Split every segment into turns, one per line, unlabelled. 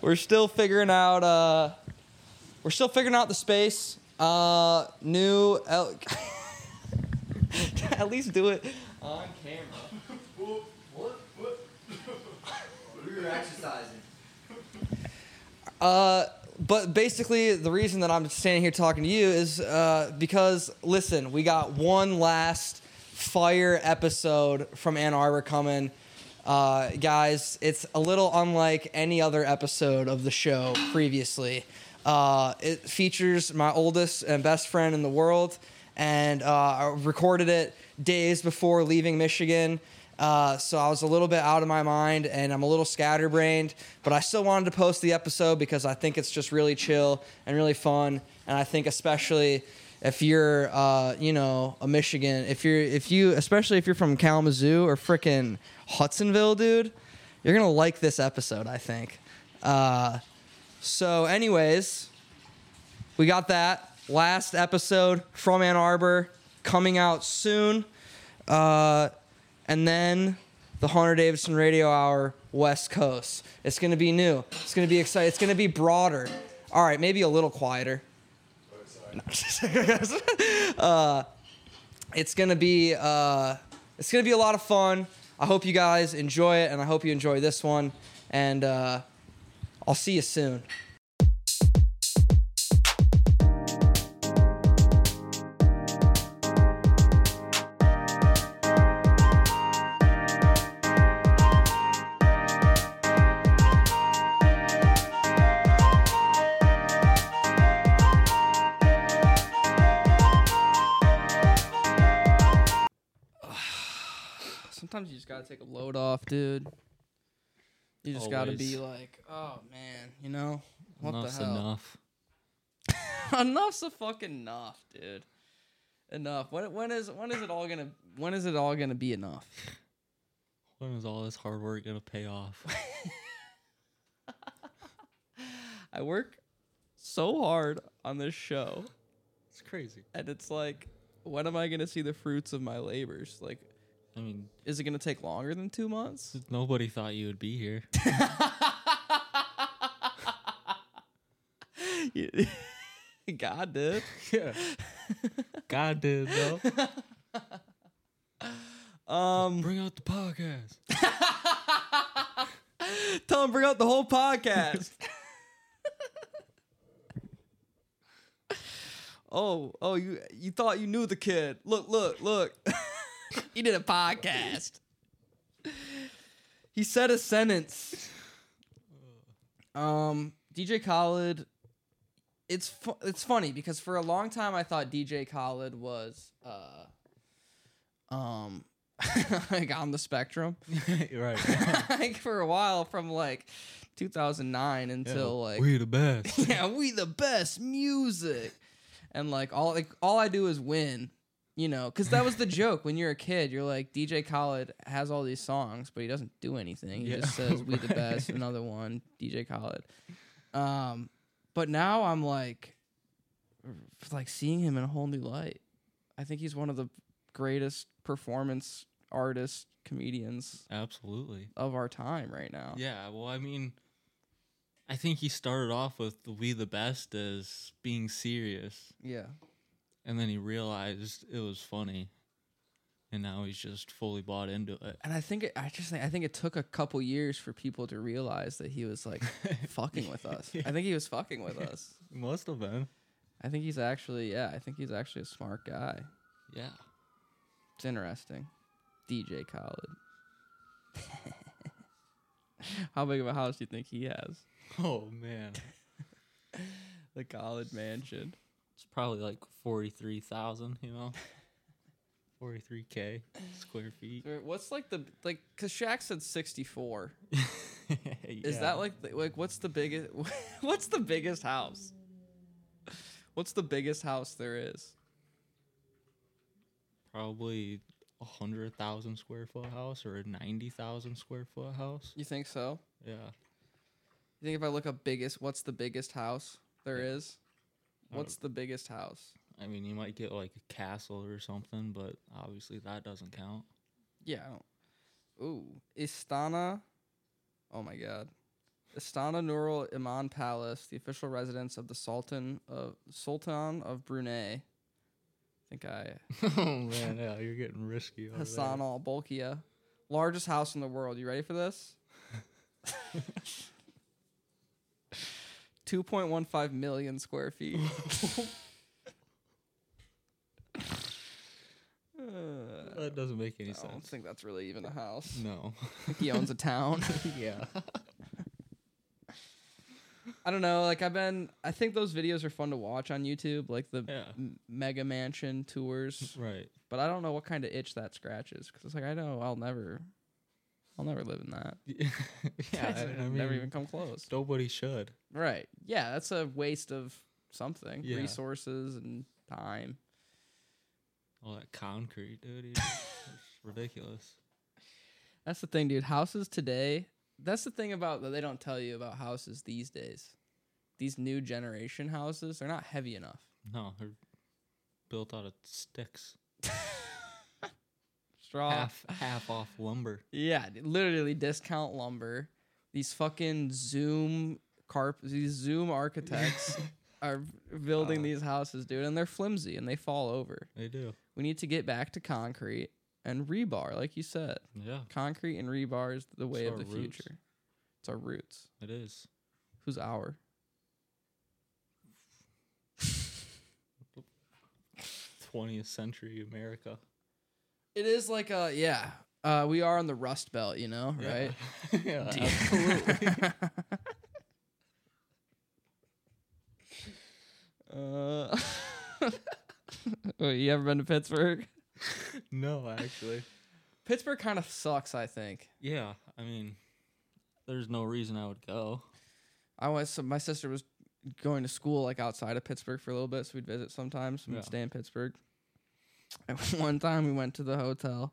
we're still figuring out. Uh, we're still figuring out the space. Uh, new. El- At least do it on camera.
We were exercising.
Uh, but basically, the reason that I'm standing here talking to you is uh, because, listen, we got one last fire episode from Ann Arbor coming. Uh, guys, it's a little unlike any other episode of the show previously. Uh, it features my oldest and best friend in the world, and uh, I recorded it days before leaving Michigan. Uh, so I was a little bit out of my mind and I'm a little scatterbrained, but I still wanted to post the episode because I think it's just really chill and really fun. And I think especially if you're, uh, you know, a Michigan, if you're, if you, especially if you're from Kalamazoo or frickin' Hudsonville, dude, you're gonna like this episode. I think. Uh, so, anyways, we got that last episode from Ann Arbor coming out soon. Uh, and then the Hunter Davidson Radio Hour West Coast. It's going to be new. It's going to be exciting. It's going to be broader. All right, maybe a little quieter. Uh, it's going to be uh, it's going to be a lot of fun. I hope you guys enjoy it, and I hope you enjoy this one. And uh, I'll see you soon. Sometimes you just gotta take a load off, dude. You just gotta be
Always.
like, oh man, you know what
Enough's
the hell?
enough.
Enough's a fucking enough, dude. Enough. When when is when is it all gonna when is it all gonna be enough?
When is all this hard work gonna pay off?
I work so hard on this show,
it's crazy.
and it's like, when am I gonna see the fruits of my labors? Like,
I mean,
is it gonna take longer than two months?
nobody thought you would be here.
You- God, dude.
yeah. God did though.
Um,
Bring out the podcast.
tell him bring out the whole podcast. oh, oh, you you thought you knew the kid? Look, look, look. he did a podcast. He said a sentence. Um, DJ Khaled. It's fu- it's funny because for a long time I thought DJ Khaled was uh, um, like on the spectrum.
right.
like for a while from like 2009 until like
we the best.
yeah we the best music and like all like all I do is win you know because that was the joke when you're a kid you're like DJ Khaled has all these songs but he doesn't do anything he
Yeah,
just says we the
right.
best another one DJ Khaled um but now I'm like like seeing him in a whole new light I think he's one of the greatest performance artists comedians
Absolutely.
of our time right now.
Yeah. Well, I mean, I think he started off with "We the best" as being serious,
Yeah.
and then he realized it was funny, and now he's just fully bought into it.
And I think it, I just think I think it took a couple years for people to realize that he was like fucking with us. I think he was fucking with us.
Must have been.
I think he's actually yeah, I think he's actually a smart guy.
Yeah.
It's interesting. DJ Khaled. How big of a house do you think he has?
Oh man.
The Khaled mansion.
It's probably like 43,000, you know? 43K square feet.
What's like the like cuz Shaq said 64. Is
Yeah.
that like the, like what's the biggest what's the biggest house? What's the biggest house there is?
probably a 100,000 square foot house or a 90,000 square foot house?
You think so?
Yeah.
You think if I look up biggest, what's the biggest house there is?
I don't-
What's the biggest house?
I mean, you might get like a castle or something, but obviously that doesn't count.
Yeah. I don't- Ooh, Istana. Oh my god. Istana Nurul Iman Palace, the official residence of the Sultan of Sultan of Brunei. I think I
oh man, yeah, you're getting risky. over there.
Hassan Al Bolkiah, largest house in the world. You ready for this? 2.15 million square feet. Uh,
That doesn't make any
I don't
sense.
think that's really even a house.
No.
He owns a town.
yeah.
I don't know. Like I've been, I think those videos are fun to watch on YouTube, like the
Yeah.
m- Mega Mansion tours.
Right.
But I don't know what kind of itch that scratches because it's like I know I'll never, I'll never live in that.
Yeah.
I've
I, I mean,
never even come close.
nobody should.
Right? Yeah, that's a waste of something,
Yeah.
resources and time.
All that concrete, dude. even. It's ridiculous.
That's the thing, dude. Houses today. That's the thing about that they don't tell you about houses these days. These new generation houses, they're not heavy enough.
No, they're built out of sticks.
Straw.
Half half off lumber.
Yeah, d- literally discount lumber. These fucking Zoom carp, these Zoom architects are building these houses, dude, and they're flimsy and they fall over.
They do.
We need to get back to concrete and rebar, like you said.
Yeah,
Concrete and rebar is the way
It's
of the
our roots.
future. It's our roots.
it is.
Who's our?
Twentieth century America.
It is like a yeah. Uh, we are on the Rust Belt, you know, right?
Right. yeah. Absolutely.
Uh, Wait, you ever been to Pittsburgh?
no, actually.
Pittsburgh kind of sucks, I think.
Yeah. I mean, there's no reason I would go.
I was so my sister was going to school like outside of Pittsburgh for a little bit, so we'd visit sometimes. and We'd
Yeah.
stay in Pittsburgh. And one time we went to the hotel,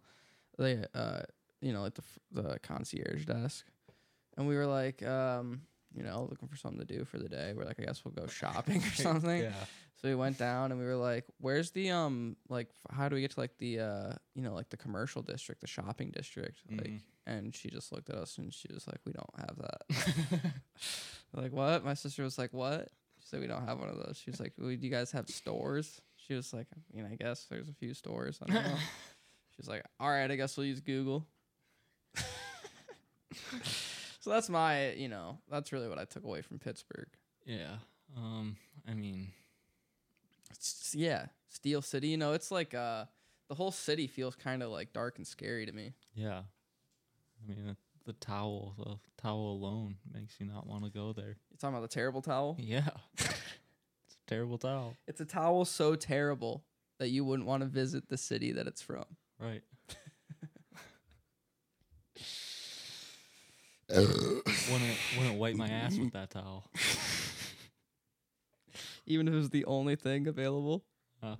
they uh, you know, like the f- the concierge desk, and we were like, um, you know, looking for something to do for the day. We're like, I guess we'll go shopping or something.
Yeah.
So we went down and we were like, "Where's the um like f- how do we get to like the uh you know like the commercial district, the shopping district?" Like,
Mhm.
and she just looked at us and she was like, "We don't have that."
Mm.
We're like what? My sister was like, "What?" She said, "We don't have one of those." She was like, well, "Do you guys have stores?" She was like, "I mean, I guess there's a few stores. I don't know." She's like, "All right, I guess we'll use Google." so that's my you know that's really what I took away from Pittsburgh.
Yeah. Um. I mean.
S- yeah, Steel City. You know, it's like uh, the whole city feels kind of like dark and scary to me.
Yeah. I mean, the, the towel, the towel alone makes you not want to go there.
You talking about the terrible towel?
Yeah. it's a terrible towel.
It's a towel so terrible that you wouldn't want to visit the city that it's from.
Right. wouldn't wouldn't wipe my ass with that towel.
Even if it was the only thing available.
Uh,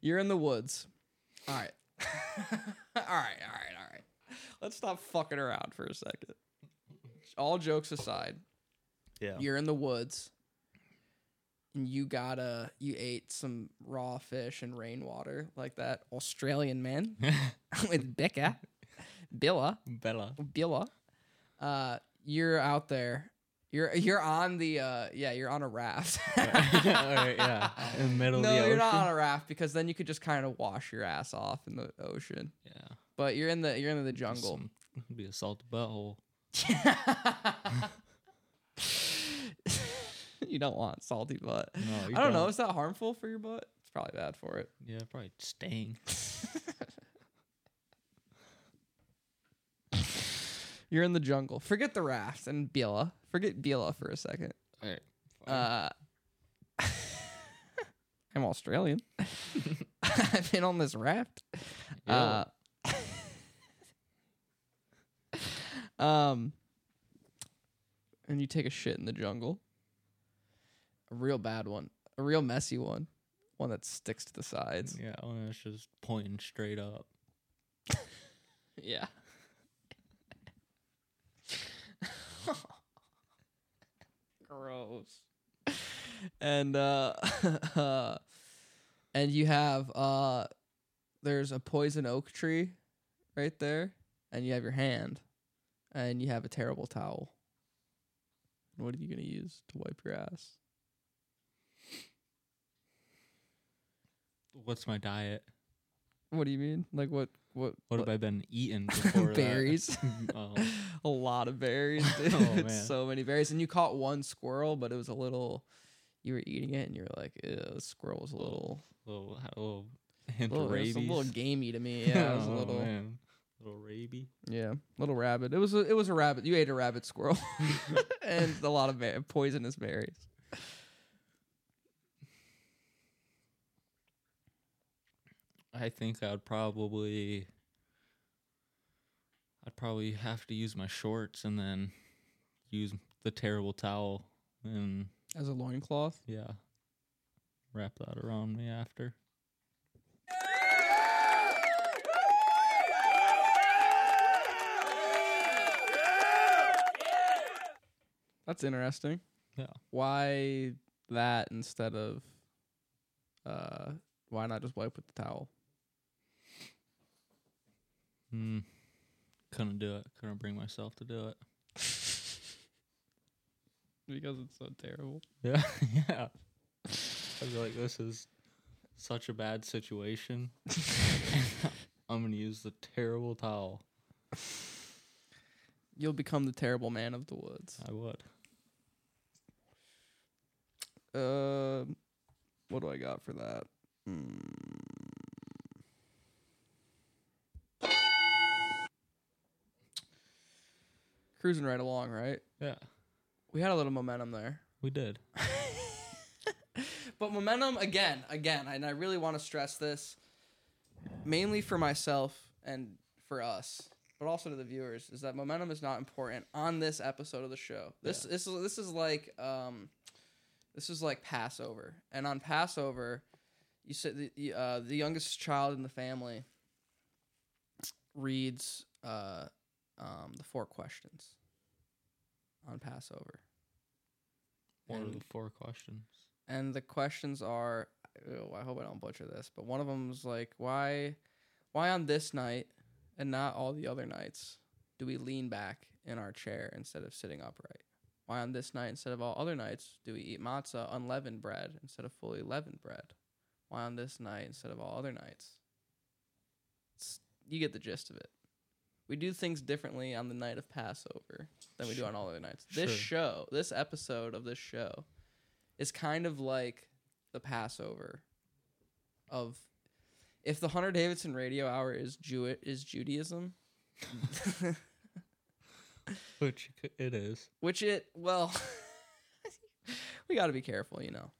You're in the woods. All right. all right, all right, all right. Let's stop fucking around for a second. All jokes aside,
yeah.
you're in the woods and you gotta you ate some raw fish and rainwater like that Australian man with Becca Billa
Bella.
Billa uh you're out there you're you're on the uh yeah you're on a raft
All right, yeah. In the middle of the
no
ocean.
you're not on a raft because then you could just kind of wash your ass off in the ocean
yeah.
but you're in the you're in the jungle
Some- be a salted butthole.
you don't want salty butt
No, you
I don't know is that harmful for your butt it's probably bad for it
Yeah, probably sting.
You're in the jungle. Forget the raft and Bela. Forget Bela for a second.
All right.
Uh, I'm Australian. I've been on this raft. Uh, um, and you take a shit in the jungle. A real bad one. A real messy one. One that sticks to the sides.
yeah, well, it's just pointing straight up.
Yeah. Gross. And uh and you have uh there's a poison oak tree right there and you have your hand and you have a terrible towel. What are you gonna use to wipe your ass?
What's my diet?
What do you mean? Like what? What?
What have I been eating before that?
Berries.
oh,
a lot of berries, dude.
Oh, man.
so many berries, and you caught one squirrel, but it was a little. You were eating it, and you were like, "Ew, the squirrel was a little,
little, had a little hint
little,
of
it was
rabies.
a Oh, little gamey to me. Yeah, it was a
Oh,
little,
man. little rabies.
yeah, little rabbit. It was, a, it was a rabbit. You ate a rabbit squirrel, and a lot of ber- poisonous berries.
I think I would probably I'd probably have to use my shorts and then use the terrible towel and
As a loincloth,
yeah. Wrap that around me after.
that's interesting.
Yeah.
Why that instead of, uh, why not just wipe with the towel?
Mm. Couldn't do it. Couldn't bring myself to do it.
Because it's so terrible.
Yeah. yeah. I'd be like, this is such a bad situation. I'm gonna use the terrible towel.
You'll become the terrible man of the woods.
I would.
Uh, what do I got for that? Mm. Cruising right along, right?
Yeah.
We had a little momentum there.
We did.
But momentum again, again, and I really want to stress this mainly for myself and for us, but also to the viewers, is that momentum is not important on this episode of the show. This this is this is like um this is like Passover. And on Passover, you said the- the uh, the youngest child in the family reads uh um the four questions on Passover.
One of
And-
the four questions.
and the questions are ew, I hope I don't butcher this, but one of them is like why why on this night and not all the other nights do we lean back in our chair instead of sitting upright? Why on this night instead of all other nights do we eat matzah unleavened bread instead of fully leavened bread? Why on this night instead of all other nights? It's, you get the gist of it. We do things differently on the night of Passover than we do on all other nights. This
Sure.
show, this episode of this show, is kind of like the Passover of if the Hunter Davidson radio hour is Jew is Judaism,
Which c- it is.
which it well we got to be careful, you know.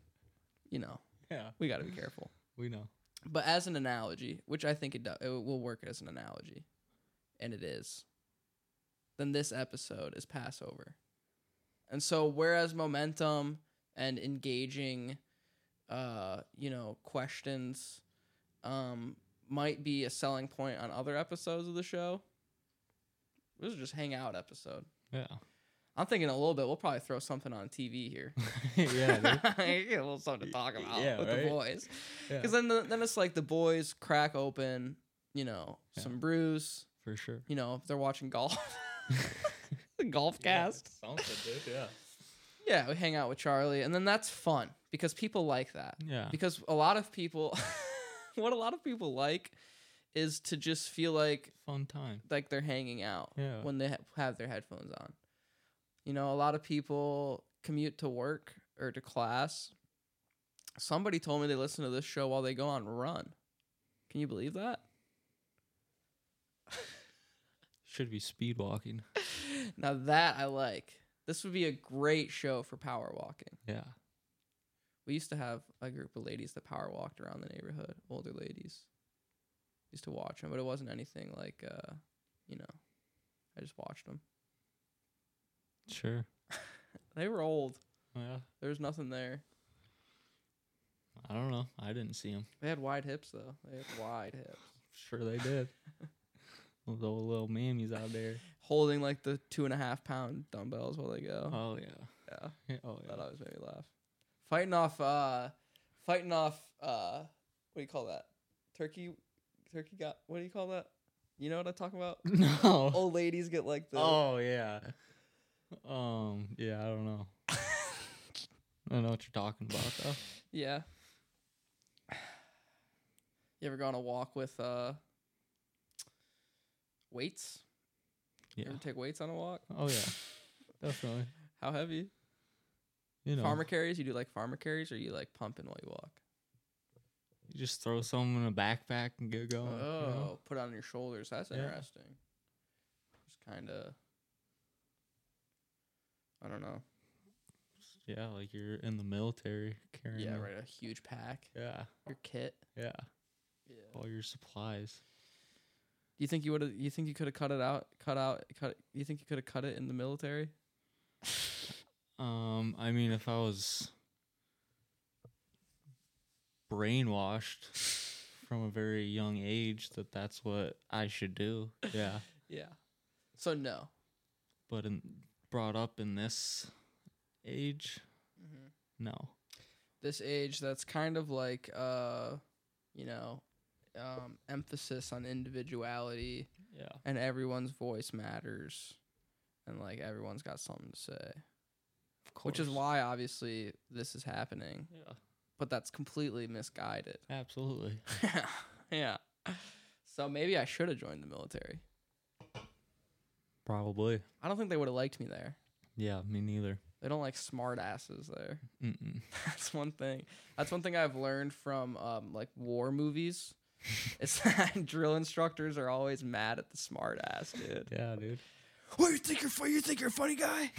You know,
Yeah,
we got to be careful.
we know.
But as an analogy, which I think it does, it will work as an analogy, and it is. Then this episode is Passover, and so whereas momentum and engaging, uh, you know, questions, um, might be a selling point on other episodes of the show. This is just hangout episode.
Yeah.
I'm thinking a little bit. We'll probably throw something on TV here.
yeah. dude.
Get a little something to talk about
Yeah,
with the
right?
boys.
Yeah.
Because then, the, then it's like the boys crack open, you know,
Yeah.
some brews.
For sure.
You know, if they're watching golf, the golf cast.
Something, dude. Yeah.
Yeah, we hang out with Charlie, and then that's fun because people like that.
Yeah.
Because a lot of people, what a lot of people like, is to just feel like
Fun time.
like they're hanging out
Yeah.
when they ha- have their headphones on. You know, a lot of people commute to work or to class. Somebody told me they listen to this show while they go on run. Can you believe that?
Should be speed walking.
Now that I like. This would be a great show for power walking.
Yeah.
We used to have a group of ladies that power walked around the neighborhood, older ladies. Used to watch them, but it wasn't anything like, uh, you know, I just watched them.
Sure.
They were old.
Yeah.
There was nothing there.
I don't know. I didn't see him.
They had wide hips though. They had wide hips.
Sure they did. Those old little mammies out there.
Holding like the two and a half pound dumbbells while they go.
Oh yeah.
Yeah,
yeah. Oh yeah.
that always made me laugh. Fighting off, uh, fighting off. Uh, what do you call that? Turkey, turkey got. What do you call that? You know what I'm talking about?
No.
Old ladies get like the.
Oh yeah. Um, yeah, I don't know. I don't know what you're talking about though.
Yeah. You ever go on a walk with uh weights? You
Yeah.
ever take weights on a walk?
Oh yeah. Definitely.
How heavy?
You know,
Farmer carries? You do like farmer carries or you like pumping while you walk?
you just throw some in a backpack and get
Oh,
going. you know?
put it on your shoulders. That's
Yeah.
interesting. Just kind of I don't know.
Yeah, like you're in the military carrying.
Yeah,
a-
right, a huge pack,
Yeah,
your kit.
yeah.
Yeah.
All your supplies.
You think you would have? You think you could have cut it out? Cut out? Cut? You think you could have cut it in the military?
Um, I mean, if I was brainwashed from a very young age that that's what I should do, yeah.
Yeah. So no.
But in, brought up in this age, no.
Mm-hmm. This age, that's kind of like, uh, you know, um, emphasis on individuality
Yeah.
and everyone's voice matters, and like everyone's got something to say,
Of course.
which is why obviously this is happening.
Yeah.
But that's completely misguided.
Absolutely.
yeah. So maybe I should have joined the military.
Probably.
I don't think they would have liked me there.
Yeah, me neither.
They don't like smart asses there.
Mm-mm.
That's one thing. That's one thing I've learned from um, like war movies. It's that drill instructors are always mad at the smart ass dude.
Yeah, dude.
What Oh, you think you're funny? You think you're a funny guy?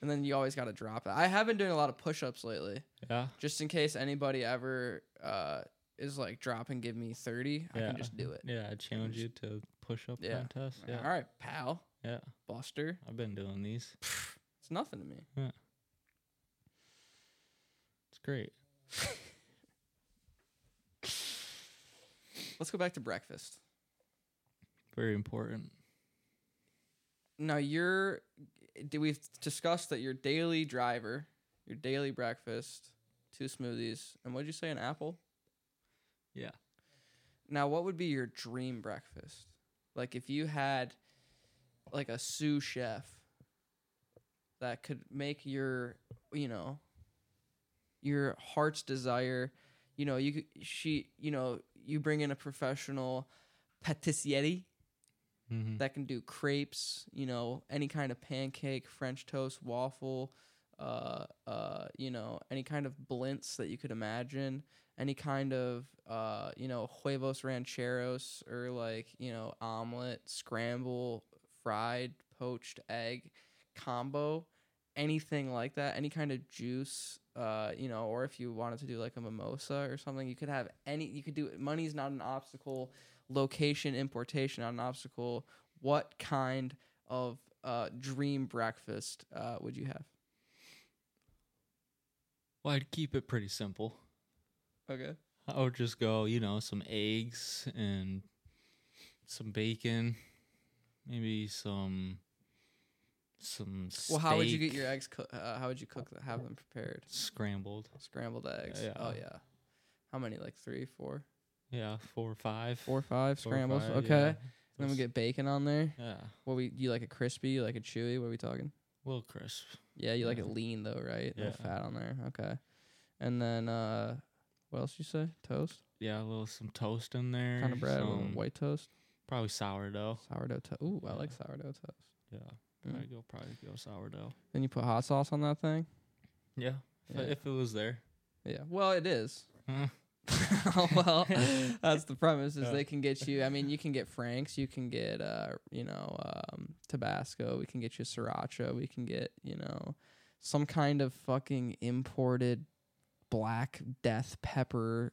And then you always got to drop it. I have been doing a lot of push ups lately,
yeah.
just in case anybody ever uh, is like, drop and give me 30. I
Yeah.
can just do it.
Yeah, I challenge you to push up
Yeah.
contest.
I'm like,
Yeah.
All right, pal,
Yeah.
Buster.
I've been doing these.
It's nothing to me.
It's great.
Let's go back to breakfast.
Very important.
Now, you're, did we've discussed that your daily driver, your daily breakfast, two smoothies, and what did you say, an apple?
Yeah.
Now, what would be your dream breakfast? Like if you had like a sous chef that could make your, you know, your heart's desire, you know, you could- she, you know, you bring in a professional patissier
Mm-hmm.
that can do crepes, you know, any kind of pancake, french toast, waffle, uh, uh, you know, any kind of blintz that you could imagine, any kind of, uh, you know, huevos rancheros or like, you know, omelet, scramble, fried, poached egg combo, anything like that, any kind of juice, uh, you know, or if you wanted to do like a mimosa or something, you could have any, you could do, money's not an obstacle location importation on an obstacle what kind of uh, dream breakfast uh, would you have
Well, I'd keep it pretty simple.
okay
I would just go, you know, some eggs and some bacon, maybe some some.
well how would you get
steak
your eggs coo- uh, how would you cook them, have them prepared
scrambled?
scrambled eggs
Yeah.
oh yeah how many like three four
Yeah, four or five.
four or five
Four or
scrambles
five,
okay
yeah.
then we
Those-
get bacon on there
yeah,
what we you like it crispy you like it chewy what are we talking
little crisp.
yeah you like
Yeah.
it lean though right no
Yeah.
fat on there okay and then uh what else you say toast
Yeah, a little some toast in there.
kind of bread or
some-
white toast
Probably sourdough.
sourdough toast ooh i
Yeah.
like sourdough toast
Yeah,
Mm.
probably go probably go sourdough.
Then you put hot sauce on that thing.
Yeah, if,
Yeah.
if it was there.
Yeah. Well, it is. Oh,
Huh.
well, that's the premise. Is
Hmm. Yeah.
they can get you. I mean, you can get Frank's. You can get, uh, you know, um, Tabasco. We can get you sriracha. We can get, you know, some kind of fucking imported black death pepper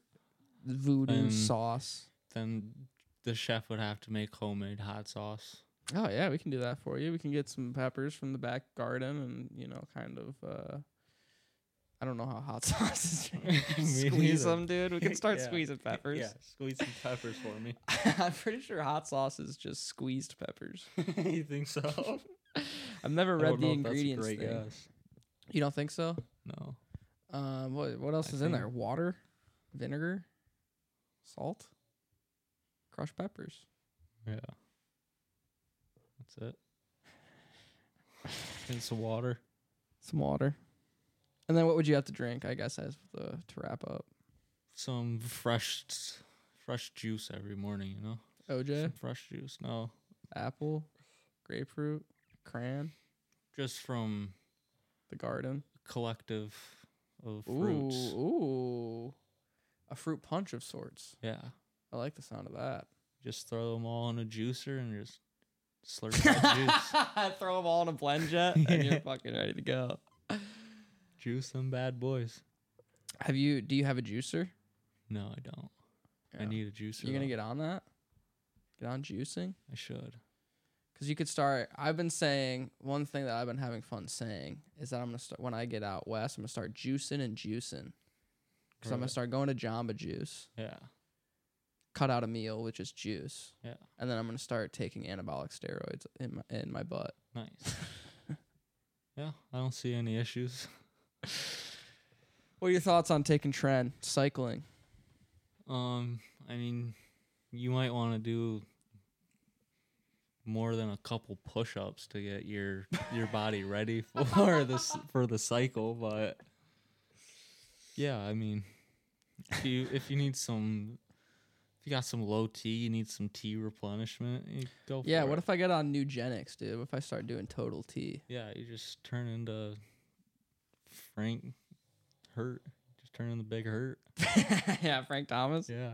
voodoo
Um,
sauce.
Then the chef would have to make homemade hot sauce.
Oh yeah, we can do that for you. We can get some peppers from the back garden, and you know, kind of. Uh, I don't know how hot sauce is. made.
Me
squeeze
neither.
them, dude. We can start
Yeah.
squeezing peppers.
Yeah, squeeze some peppers for me.
I'm pretty sure hot sauce is just squeezed peppers.
you think so?
I've never
I
read
don't
the
know if that's a
ingredients
great
thing.
guess.
You don't think so?
No.
Um, what what else
I
is in there?
think-
Water, vinegar, salt, crushed peppers.
Yeah. That's it. and some water.
some water. And then what would you have to drink? I guess as the to wrap up.
Some fresh fresh juice every morning, you know?
OJ,
Some fresh juice. No.
apple, grapefruit, cran,
Just from
the garden.
a collective of
Ooh,
fruits.
ooh, a fruit punch of sorts.
Yeah.
I like the sound of that.
Just throw them all in a juicer and just slurp that juice.
Throw them all in a blend jet, and you're fucking ready to go.
Juice them bad boys.
Have you? Do you have a juicer?
No, I don't. I
Yeah.
need a juicer.
You're gonna
though.
get on that. Get on juicing.
I should.
Because you could start. I've been saying one thing that I've been having fun saying is that I'm gonna start when I get out west. I'm gonna start juicing and juicing. Because I'm gonna
Right.
start going to Jamba Juice,
Yeah.
cut out a meal, which is juice,
Yeah.
and then I'm gonna start taking anabolic steroids in my in my butt.
Nice. yeah, I don't see any issues.
What are your thoughts on taking trend cycling?
Um, I mean, you might want to do more than a couple push-ups to get your your body ready for this for the cycle, but yeah, I mean, if you if you need some if you got some low T, you need some T replenishment. You go for
Yeah,
it.
what if I get on Nugenics, dude? What if I start doing Total T?
Yeah, you just turn into Frank Hurt. Just turn into Big Hurt.
yeah, Frank Thomas.
Yeah.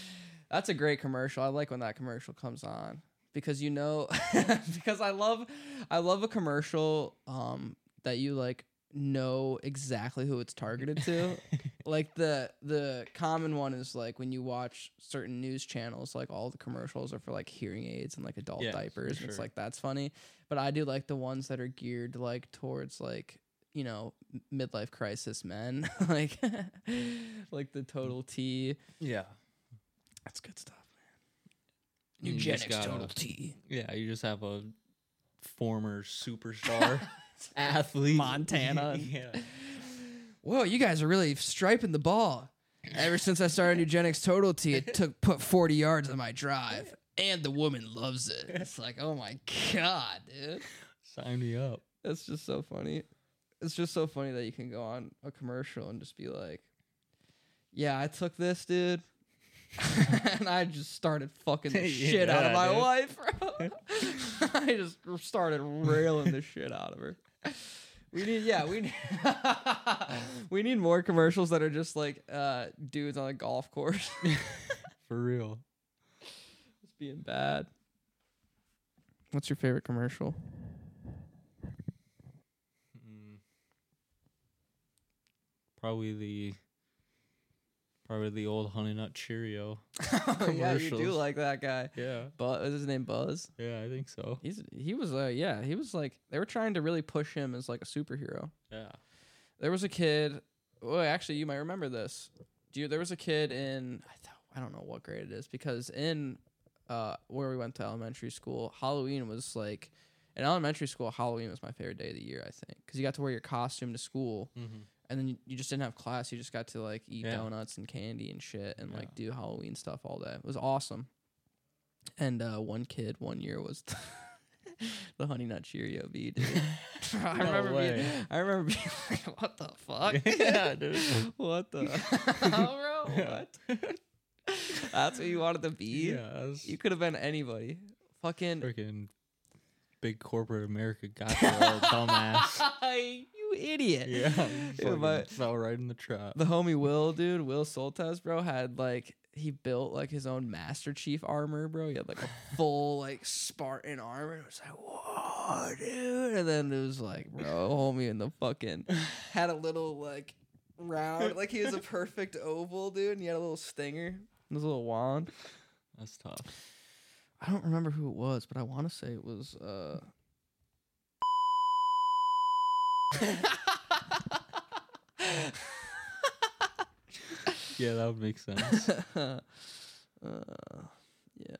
That's a great commercial. I like when that commercial comes on because you know because I love I love a commercial um that you like know exactly who it's targeted to. like the the common one is like when you watch certain news channels like all the commercials are for like hearing aids and like adult
Yes, for
diapers and it's
sure.
like that's funny. But I do like the ones that are geared like towards like you know m- midlife crisis men like like the total T
yeah.
that's good stuff, man.
You just gotta-
T.
Yeah, you just have a former superstar athlete.
Montana.
yeah.
Whoa, you guys are really striping the ball. Ever since I started Eugenics Total T, it took put 40 yards on my drive. And the woman loves it. It's like, oh my god, dude.
Sign me up.
That's just so funny. It's just so funny that you can go on a commercial and just be like, Yeah, I took this, dude. and I just started fucking the shit out of
Yeah,
my
dude.
wife, bro. I just started railing the shit out of her. We need, yeah, we need, we need more commercials that are just like uh, dudes on a golf course
For real.
just being bad. What's your favorite commercial?
Mm. Probably the probably the old honey nut Cheerio.
yeah, you do
Commercials.
like that guy.
Yeah.
Buzz is his name Buzz.
Yeah, I think so.
He's he was uh yeah he was like they were trying to really push him as like a superhero.
Yeah.
There was a kid. Well, actually, you might remember this. Do you, there was a kid in I, th- I don't know what grade it is because in uh where we went to elementary school, Halloween was like in elementary school. Halloween was my favorite day of the year. I think because you got to wear your costume to school
Mhm.
and then you, you just didn't have class. You just got to like eat
Yeah.
donuts and candy and shit and like
Yeah.
do Halloween stuff all day. It was awesome. And uh, one kid one year was the Honey Nut Cheerio bee, dude. I
No
remember being,
way.
I remember being like, what the fuck?
Yeah, dude.
what the Oh, bro,
Yeah.
what? That's what you wanted to be?
Yeah. that was-
You could have been anybody. Fucking
freaking big corporate America got your old dumbass.
you idiot.
Yeah, you
Dude, my-
fucking fell right in the trap.
the homie Will, dude, Will Soltes, bro, had like he built like his own Master Chief armor, bro. He had like a full like Spartan armor. It was like, whoa, dude. And then it was like, bro, homie in the fucking had a little like round, like he was a perfect oval, dude, and he had a little stinger. and His little wand.
That's tough.
I don't remember who it was, but I want to say it was. uh
Yeah, that would make sense.
uh, yeah.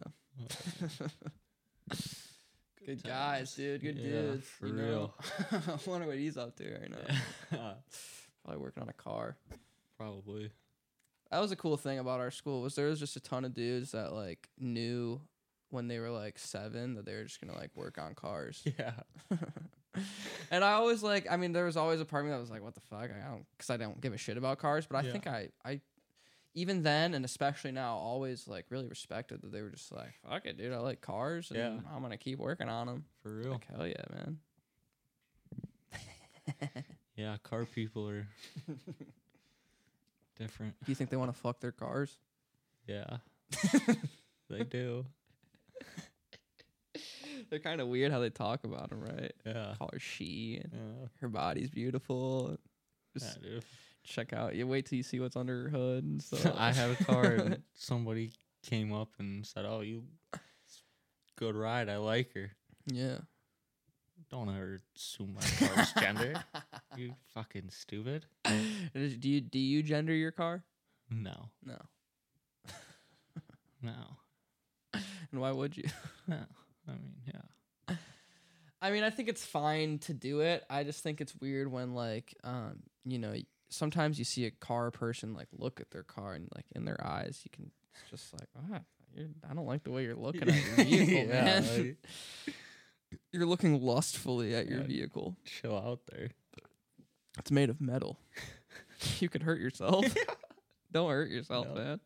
Good
times.
guys, dude. Good
Yeah,
dudes.
for
you know? I wonder what he's up to right now. Probably working on a car.
Probably.
That was a cool thing about our school was there was just a ton of dudes that like knew when they were like seven that they were just gonna like work on cars.
Yeah.
and I always like, I mean, there was always a part of me that was like, what the fuck? I don't, because I don't give a shit about cars. But I
Yeah.
think I, I, even then and especially now, always like really respected that they were just like, fuck it, dude. I like cars and
Yeah.
I'm going to keep working on them.
For real.
Like, hell yeah, man.
Yeah, car people are different.
Do you think they want to fuck their cars?
Yeah. they do.
They're kind of weird how they talk about them, right?
Yeah.
Call her she and
Yeah.
her body's beautiful.
yeah
Just
dude.
check out. You wait till you see what's under her hood and stuff.
I had a car and somebody came up and said, Oh, you it's a good ride. I like her.
yeah.
Don't ever assume my car's gender. You fucking stupid.
Is- Do you do you gender your car?
No.
No.
No.
And why would you?
No. I mean, yeah.
I mean, I think it's fine to do it. I just think it's weird when like um, you know, y- sometimes you see a car person like look at their car and like in their eyes you can it's just like, ah, you're, I don't like the way you're looking at your vehicle,
Yeah,
man.
like,
you're looking lustfully at your
Yeah.
vehicle.
chill out there.
It's made of metal. you could hurt yourself. Don't hurt yourself,
No.
man.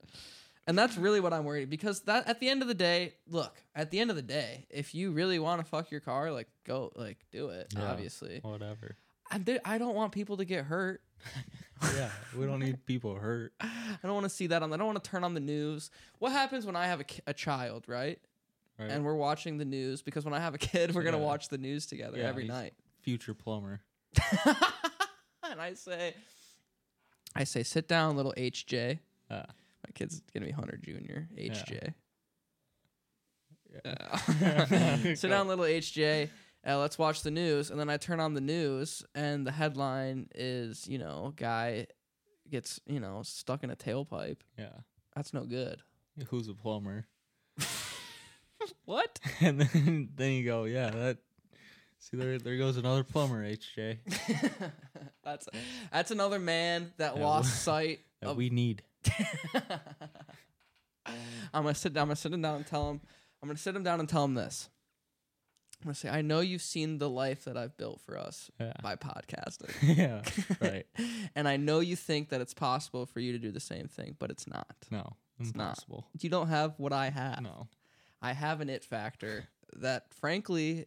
And that's really what I'm worried because that at the end of the day, look, at the end of the day, if you really want to fuck your car, like go, like do it.
Yeah.
Obviously,
Whatever.
I, there- I don't want people to get hurt.
Yeah. We don't need people hurt.
I don't want to see that on. I don't want to turn on the news. What happens when I have a, ki- a child, right?
Right.
And we're watching the news because when I have a kid, we're gonna
Yeah.
watch the news together
Yeah,
every
he's-
night.
Future plumber.
and I say, I say, sit down, little HJ.
Uh,
My kid's gonna be Hunter Junior. HJ. Uh, sit down, little HJ. Uh, let's watch the news. And then I turn on the news, and the headline is, you know, guy gets, you know, stuck in a tailpipe.
yeah.
That's no good.
Who's a plumber?
What?
And then then you go, yeah, that see there there goes another plumber, HJ.
that's that's another man that
That
lost
we-
sight
That
of
we need.
I'm gonna sit down. I'm gonna sit him down and tell him. I'm gonna sit him down and tell him this. I'm gonna say, I know you've seen the life that I've built for us
Yeah.
by podcasting,
yeah. Ah. Right.
and I know you think that it's possible for you to do the same thing, but it's not.
No.
not.
Impossible.
You don't have what I have.
No.
I have an it factor that, frankly,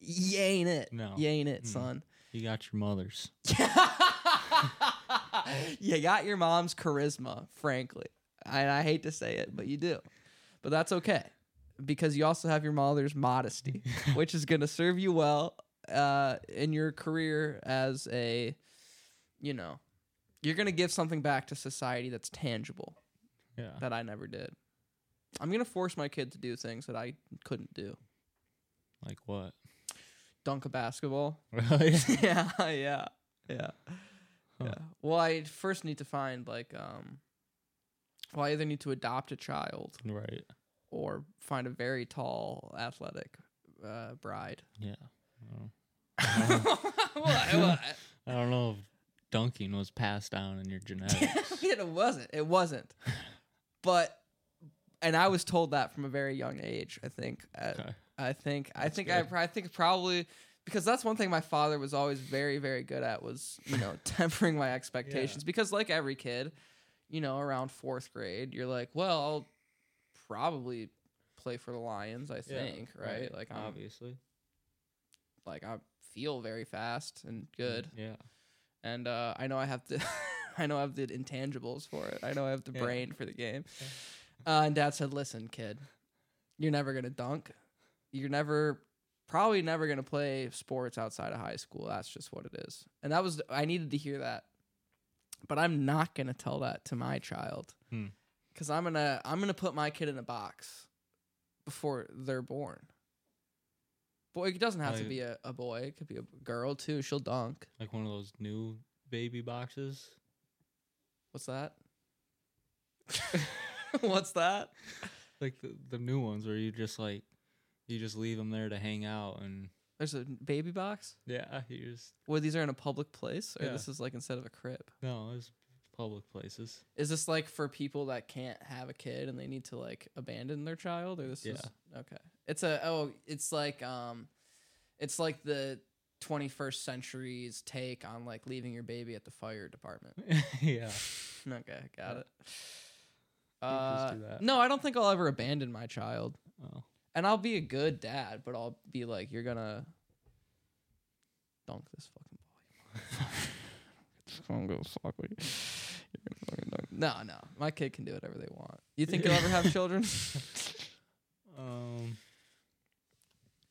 you ain't it.
No.
you ain't it,
Mm.
son.
You got your mother's.
you got your mom's charisma, frankly. And I hate to say it, but you do. But that's okay because you also have your mother's modesty, which is going to serve you well uh, in your career as a, you know, you're going to give something back to society that's tangible
Yeah.
that I never did. I'm going to force my kid to do things that I couldn't do.
Like what?
Dunk a basketball,
Really?
yeah, yeah, yeah,
Huh.
yeah. Well, I first need to find like um. Well, I either need to adopt a child
right.
or find a very tall, athletic uh, bride.
Yeah. Well,
what? what?
I don't know if dunking was passed down in your genetics.
it wasn't. It wasn't. But, and I was told that from a very young age. I think. Uh,
Okay.
I think. I think. I,
good.
pro- I think probably because that's one thing my father was always very, very good at was you know tempering my expectations because like every kid, you know, around fourth grade, you're like, well, I'll probably play for the Lions. I think right? Like I'm
obviously.
like I feel very fast and good,
Yeah.
and uh, I know I have to. I know I have the intangibles for it. I know I have the
Yeah.
brain for the game. Uh, and dad said, "Listen, kid, you're never gonna dunk. You're never, probably never gonna play sports outside of high school. That's just what it is." And that was I needed to hear that, but I'm not gonna tell that to my child
Hmm.
because I'm gonna I'm gonna put my kid in a box before they're born. Boy, it doesn't have to
Like-
be a, a boy. It could be a girl too. She'll dunk.
Like one of those new baby boxes.
What's that? What's that?
Like the, the new ones where you just like you just leave them there to hang out and
There's a baby box.
yeah, you just
Where these are in a public place, or
Yeah.
this is like instead of a crib.
no, it's public places.
Is this like for people that can't have a kid and they need to like abandon their child, or this is
Yeah.
okay? It's a oh, it's like um, it's like the 21st century's take on like leaving your baby at the fire department.
yeah.
okay, got it.
just
Uh,
do that.
no, I don't think I'll ever abandon my child.
Oh.
And I'll be a good dad, but I'll be like, you're gonna dunk this fucking ball. I don't give a fuck what you- you're gonna fucking dunk. No, no, my kid can do whatever they want. You think you'll ever have children?
Um.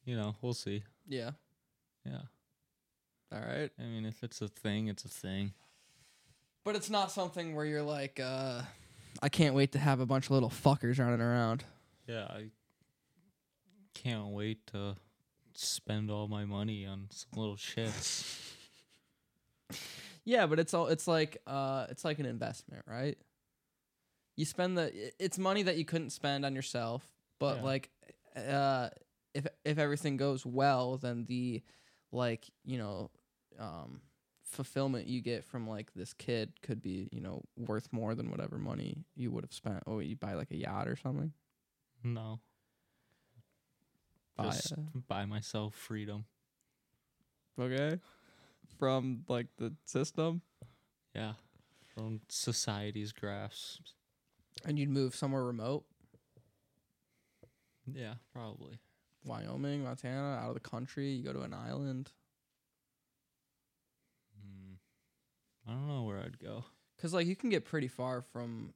You know, we'll see.
yeah.
Yeah.
All right.
I mean, if it's a thing, it's a thing.
But it's not something where you're like, uh, I can't wait to have a bunch of little fuckers running around.
Yeah. I can't wait to spend all my money on some little shits.
Yeah, but it's all it's like uh it's like an investment, right? You spend the i- it's money that you couldn't spend on yourself, but
Yeah.
like uh if if everything goes well, then the like, you know, um fulfillment you get from like this kid could be, you know, worth more than whatever money you would have spent. Oh, you buy like a yacht or something.
no.
Buy
Just
a-
buy myself freedom.
okay from like the system
Yeah. From society's grasp.
and you'd move somewhere remote
Yeah, probably.
wyoming montana out of the country you go to an island
Mm. I don't know where I'd go.
because like you can get pretty far from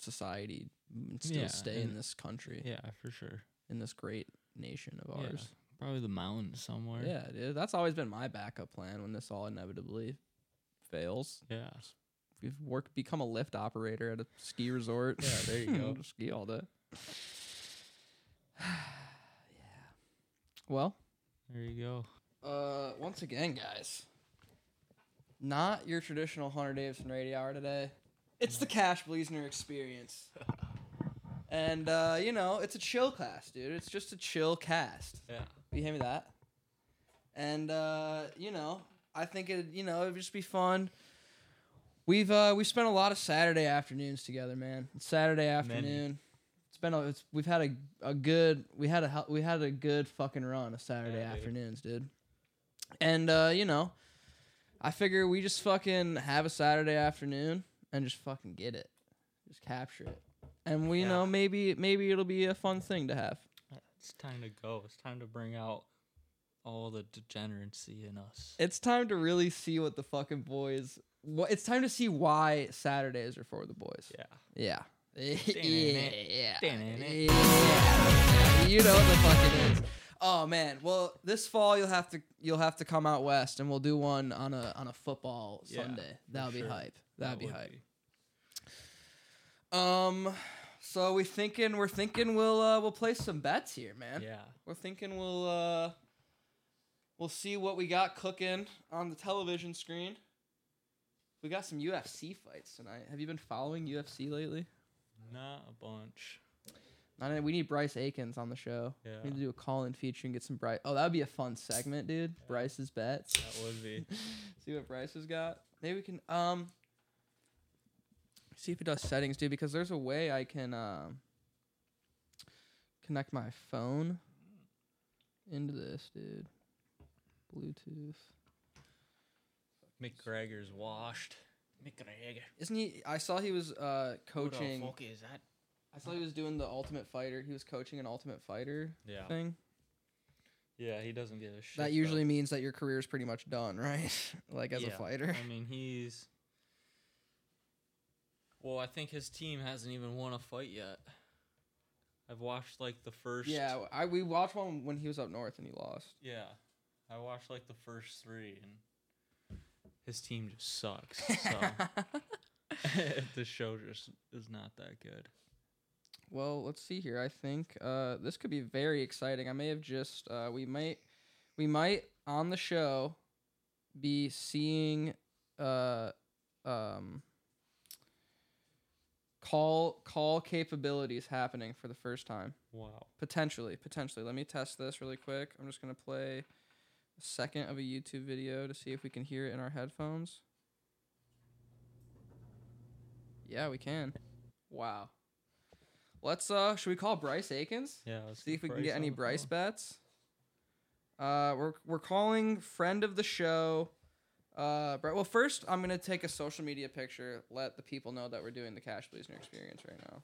society and still
Yeah,
stay in
and-
this country
Yeah, for sure.
in this great nation of
Yeah.
ours
Probably the mountains somewhere.
yeah dude, that's always been my backup plan when this all inevitably fails
Yeah.
we've worked become a lift operator at a ski resort
Yeah, there you go.
Just ski all day yeah well
There you go.
Uh, once again, guys, not your traditional Hunter Davidson radio hour today. It's the Cash Bleasner experience. And, uh, you know, it's a chill cast, dude. It's just a chill cast.
Yeah.
You hear me that? And, uh, you know, I think it, you know, it'd just be fun. We've, uh, we spent a lot of Saturday afternoons together, man. It's Saturday afternoon. It's been a, it's, we've had a, a good, we had a, hel- we had a good fucking run of Saturday
Yeah, dude.
afternoons, dude. And uh, you know, I figure we just fucking have a Saturday afternoon and just fucking get it, just capture it, and we you know
Yeah.
maybe maybe it'll be a fun thing to have.
It's time to go. It's time to bring out all the degeneracy in us.
It's time to really see what the fucking boys. What it's time to see why Saturdays are for the boys.
Yeah.
Yeah. Yeah.
Dun-dun-dun. Dun-dun-dun.
Yeah. You know what the fuck it is. Oh man. Well, this fall you'll have to you'll have to come out west and we'll do one on a on a football
Yeah,
Sunday.
for
That'll be
sure.
hype.
That
That'll be
would
hype. Um so we thinking we're thinking we'll uh we'll place some bets here, man.
Yeah.
We're thinking we'll uh we'll see what we got cooking on the television screen. We got some UFC fights tonight. Have you been following UFC lately?
Not a bunch.
I know we need Bryce Akins on the show.
Yeah.
We need to do a call in feature and get some Bryce. Oh, that would be a fun segment, dude. Bryce's bets.
That would be.
See what Bryce has got. Maybe we can um see if it does settings, dude, because there's a way I can um connect my phone into this, dude. Bluetooth.
McGregor's washed. McGregor.
Isn't he I saw he was uh coaching
is that?
I saw he was doing the ultimate fighter. He was coaching an ultimate fighter
Yeah.
thing.
Yeah, he doesn't give a Oh, shit.
That
though.
usually means that your career is pretty much done, right? like as a
Yeah.
fighter.
I mean, he's. Well, I think his team hasn't even won a fight yet. I've watched like the first.
Yeah, I we watched one when he was up north and he lost.
Yeah. I watched like the first three, and his team just sucks. So the show just is not that good.
well, let's see here. I think uh, this could be very exciting. I may have just uh, we might we might on the show be seeing uh, um, call call capabilities happening for the first time.
Wow.
Potentially, potentially. Let me test this really quick. I'm just gonna play a second of a YouTube video to see if we can hear it in our headphones. Yeah, we can. Wow. Let's uh should we call Bryce Akins?
Yeah. let's
See
get
if we can get
on
any
the
Bryce
phone.
bets. Uh, we're we're calling friend of the show. Uh, Brett. Well, first I'm gonna take a social media picture. Let the people know that we're doing the Cash Loser Experience right now.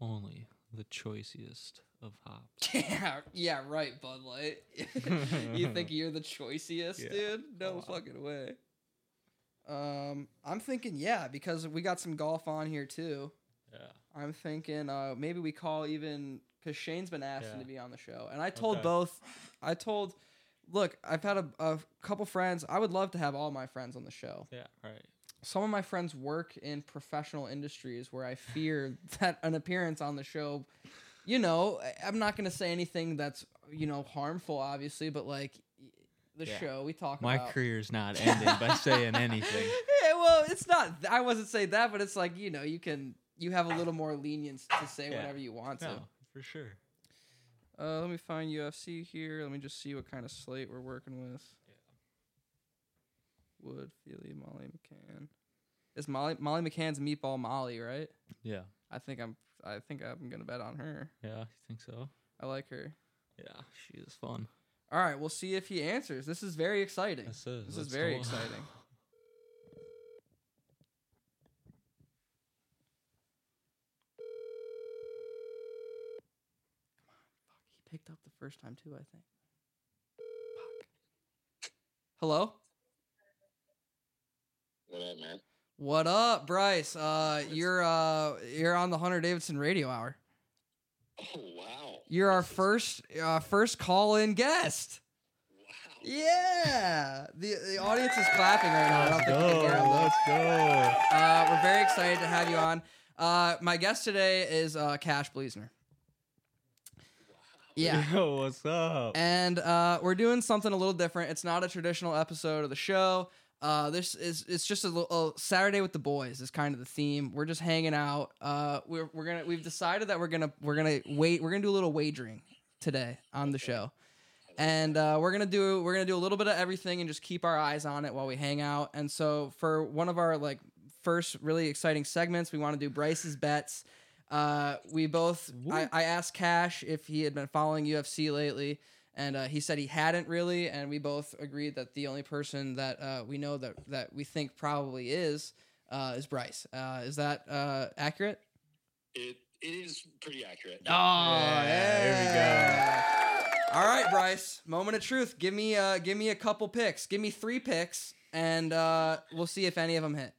Only the choicest of hops.
Yeah, yeah, right, Bud Light. you think you're the choiciest,
Yeah. Oh,
dude? No fucking way. Um, I'm thinking yeah, because we got some golf on here too.
Yeah.
I'm thinking uh, maybe we call even because Shane's been asking
Yeah.
to be on the show, and I told
Okay.
both. I told, look, I've had a, a couple friends. I would love to have all my friends on the show.
Yeah. Right.
Some of my friends work in professional industries where I fear that an appearance on the show, you know, I- I'm not going to say anything that's you know harmful, obviously, but like y- the
Yeah.
show we talk
My
about.
career's not ending by saying anything.
Yeah, well, it's not. th- I wasn't saying that, but it's like you know, you can you have a little more lenience to say
Yeah.
whatever you want
No, for sure.
to. Uh, let me find UFC here. Let me just see what kind of slate we're working with. Wood, Feely, Molly McCann. Is Molly Molly McCann's meatball Molly right?
Yeah.
I think I'm. I think I'm gonna bet on her.
Yeah. You think so?
I like her.
Yeah. She is fun.
All right, we'll see if he answers. This is very exciting.
This is.
This is
let's
very
go.
exciting. He picked up the first time too, I think. Fuck. Hello?
What up, man?
What up, Bryce? Uh, you're uh, you're on the Hunter Davidson Radio Hour.
Oh wow!
You're our
This is-
first uh, first call in guest.
Wow.
Yeah, the the audience is clapping right now. I don't
Let's
think you can
go.
hear them, though.
Let's go.
Uh, we're very excited to have you on. Uh, my guest today is uh, Cash Bleasner. Yeah.
Yo, what's up?
And uh, we're doing something a little different. It's not a traditional episode of the show. Uh, this is it's just a little a Saturday with the boys is kind of the theme. We're just hanging out. Uh, we're, we're gonna we've decided that we're gonna we're gonna wait. We're gonna do a little wagering today on the show, and uh, we're gonna do we're gonna do a little bit of everything and just keep our eyes on it while we hang out. And so for one of our like first really exciting segments, we want to do Bryce's bets. Uh, we both I, I asked Cash if he had been following UFC lately and uh, he said he hadn't really and we both agreed that the only person that uh, we know that that we think probably is uh, is Bryce. Uh, is that uh, accurate?
It it is pretty accurate.
we go. All right, Bryce. Moment of truth. Give me uh, give me a couple picks. Give me three picks, and uh, we'll see if any of them hit.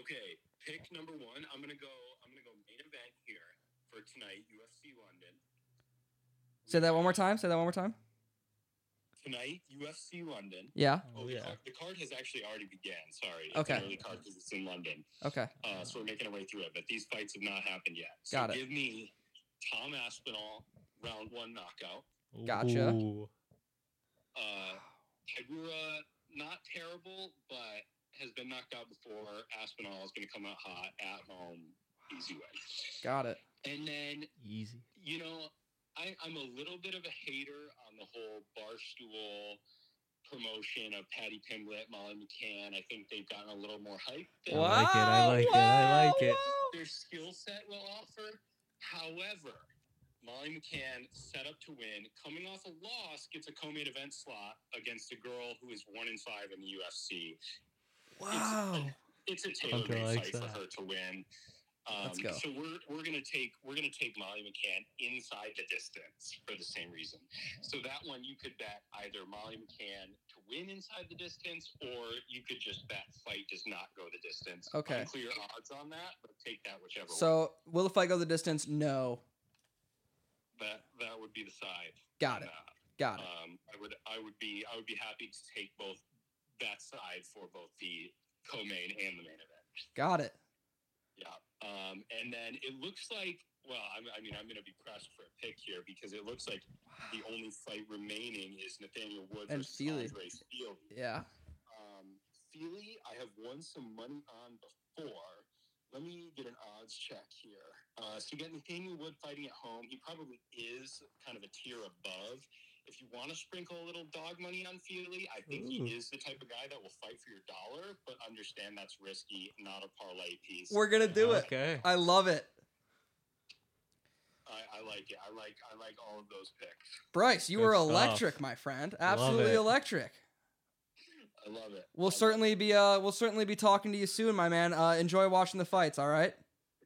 Okay, pick number one. I'm gonna go. I'm gonna go main event here for tonight, UFC London.
Say that one more time. Say that one more time.
Tonight, UFC London.
Yeah.
Oh, the, card, the card has actually already began. Sorry, it's
Okay.
an early card because it's in London,
Okay.
uh, so we're making our way through it. But these fights have not happened yet. So
Got it.
Give me Tom Aspinall round one knockout.
Gotcha.
Ooh.
Uh, Hagura, not terrible, but has been knocked out before. Aspinall is going to come out hot at home, easy win.
Got it.
And then,
Easy.
you know, I, I'm a little bit of a hater on the whole barstool promotion of Patty Pimblett, Molly McCann. I think they've gotten a little more hype than
What? like it, I
Wow,
like it, I like
wow,
it.
wow.
their skill set will offer. However, Molly McCann set up to win, coming off a loss, gets a co-main event slot against a girl who is one in five in the UFC.
Wow.
It's a
Hunter
tailor-made
likes
fight for
that.
her to win. Um,
Let's go.
So we're, we're gonna take we're gonna take Molly McCann inside the distance for the same reason. So that one you could bet either Molly McCann to win inside the distance, or you could just bet fight does not go the distance.
Okay.
Unclear odds on that, but take that whichever. way.
So will the fight go the distance? No.
that that would be the side.
Got it.
on that.
Got it.
Um, I would I would be I would be happy to take both that side for both the co-main and the main event.
Got it.
Yeah. Um, and then it looks like well I'm, I mean I'm going to be pressed for a pick here because it looks like the only fight remaining is Nathaniel Wood
And
versus
Feely.
Andre Feely.
Yeah.
Um, Feely I have won some money on before. Let me get an odds check here. Uh, so you got Nathaniel Wood fighting at home. He probably is kind of a tier above. If you want to sprinkle a little dog money on Feely, I think he is the type of guy that will fight for your dollar, but understand that's risky, not a parlay piece.
We're gonna do it.
Okay.
I love it.
I, I like it. I like I like all of those picks.
Bryce, you
Good
were
stuff.
electric, my friend. Absolutely
it.
electric.
I love it. I
We'll
love it.
certainly be uh we'll certainly be talking to you soon, my man. Uh, enjoy watching the fights. All right.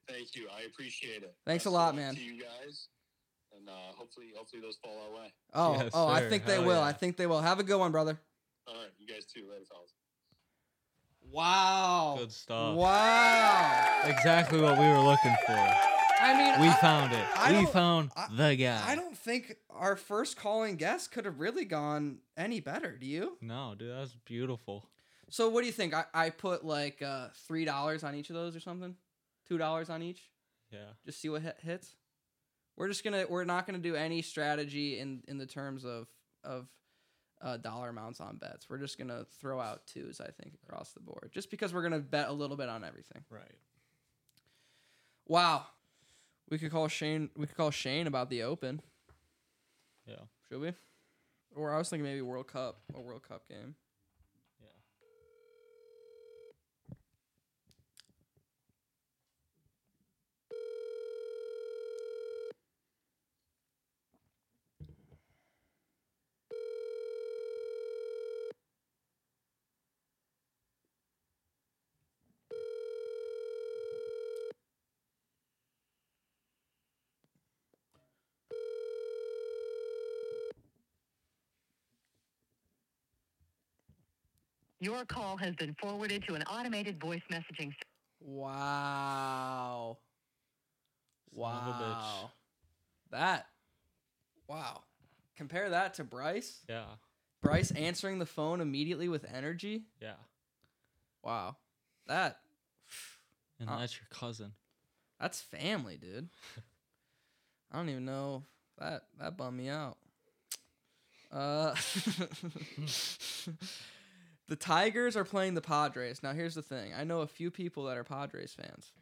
Thank you. I appreciate it.
Thanks a
Best of
lot,
luck
man.
To you guys, and uh, hopefully, hopefully those fall our way.
Oh
Yes,
oh, I
sir.
think they
Hell
will.
yeah.
I think they will. Have a good one, brother.
All right, you guys too. Later, fellas.
Oh,
Wow.
Good stuff.
Wow.
Exactly what we were looking for.
I mean,
We
I-
found it.
I
we
don't-
found
I-
the guy.
I don't think our first calling guest could have really gone any better. Do you?
No, dude, that was beautiful.
So what do you think? I, I put like uh, three dollars on each of those or something? Two dollars on each?
Yeah.
Just see what hit, hits. We're just gonna we're not gonna do any strategy in in the terms of of uh, dollar amounts on bets. We're just gonna throw out twos, I think, across the board. Just because we're gonna bet a little bit on everything.
Right.
Wow. We could call Shane we could call Shane about the open.
Yeah.
Should we? Or I was thinking maybe World Cup, a World Cup game.
Yeah.
Your call has been forwarded to an automated voice messaging s-
Wow.
Son of a bitch.
Wow. That. Wow. Compare that to Bryce.
Yeah.
Bryce answering the phone immediately with energy.
Yeah.
Wow. That
And
Uh,
that's your cousin.
that's family, dude. I don't even know that that bummed me out. Uh The Tigers are playing the Padres. Now here's the thing. I know a few people that are Padres fans.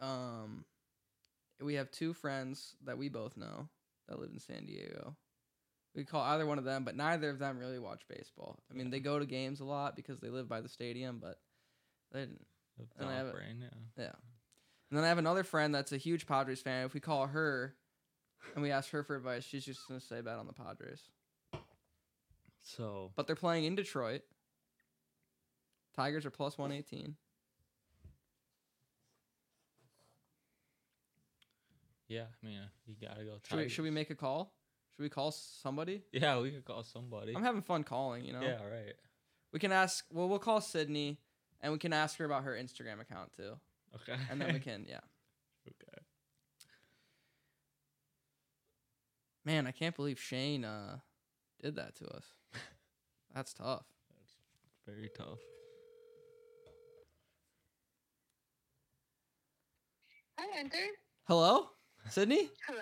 Um we have two friends that we both know that live in San Diego. We call either one of them, but neither of them really watch baseball. I mean, they go to games a lot because they live by the stadium, but they didn't
The
and I have
dog
a-
brain. Yeah.
yeah. And then I have another friend that's a huge Padres fan. If we call her and we ask her for advice, she's just going to say bet on the Padres.
So
But they're playing in Detroit. Tigers are plus 118.
yeah, I mean, uh, you gotta go.
Should we, should we
Tigers.
make a call? Should we call somebody?
Yeah, we could call somebody.
I'm having fun calling, you know?
Yeah. Right.
We can ask, well, we'll call Sydney and we can ask her about her Instagram account too.
Okay.
And then we can, yeah.
okay.
Man, I can't believe Shane uh, did that to us. That's tough.
Very tough.
Hi, Hunter.
Hello? Sydney?
Hello.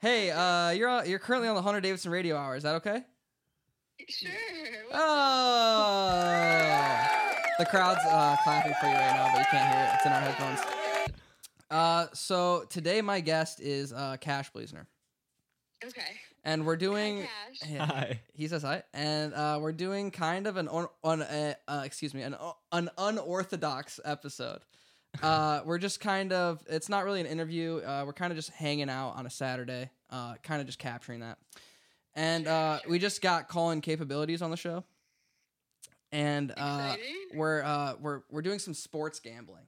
Hey, uh, you're on, you're currently on the Hunter Davidson Radio Hour. Is that okay?
Sure. What-
Oh, the crowd's uh, clapping for you right now, but you can't hear it. It's in our headphones. Uh, so today my guest is uh, Cash Bleasner,
Okay.
and we're doing.
Hi, Cash.
Yeah,
Hi.
he says hi, and uh, we're doing kind of an on, on uh, uh, excuse me an o- an unorthodox episode. Uh, we're just kind of it's not really an interview. Uh, we're kind of just hanging out on a Saturday, uh, kind of just capturing that. And uh, we just got Colin capabilities on the show, and uh,
Exciting.
we're uh, we're we're doing some sports gambling.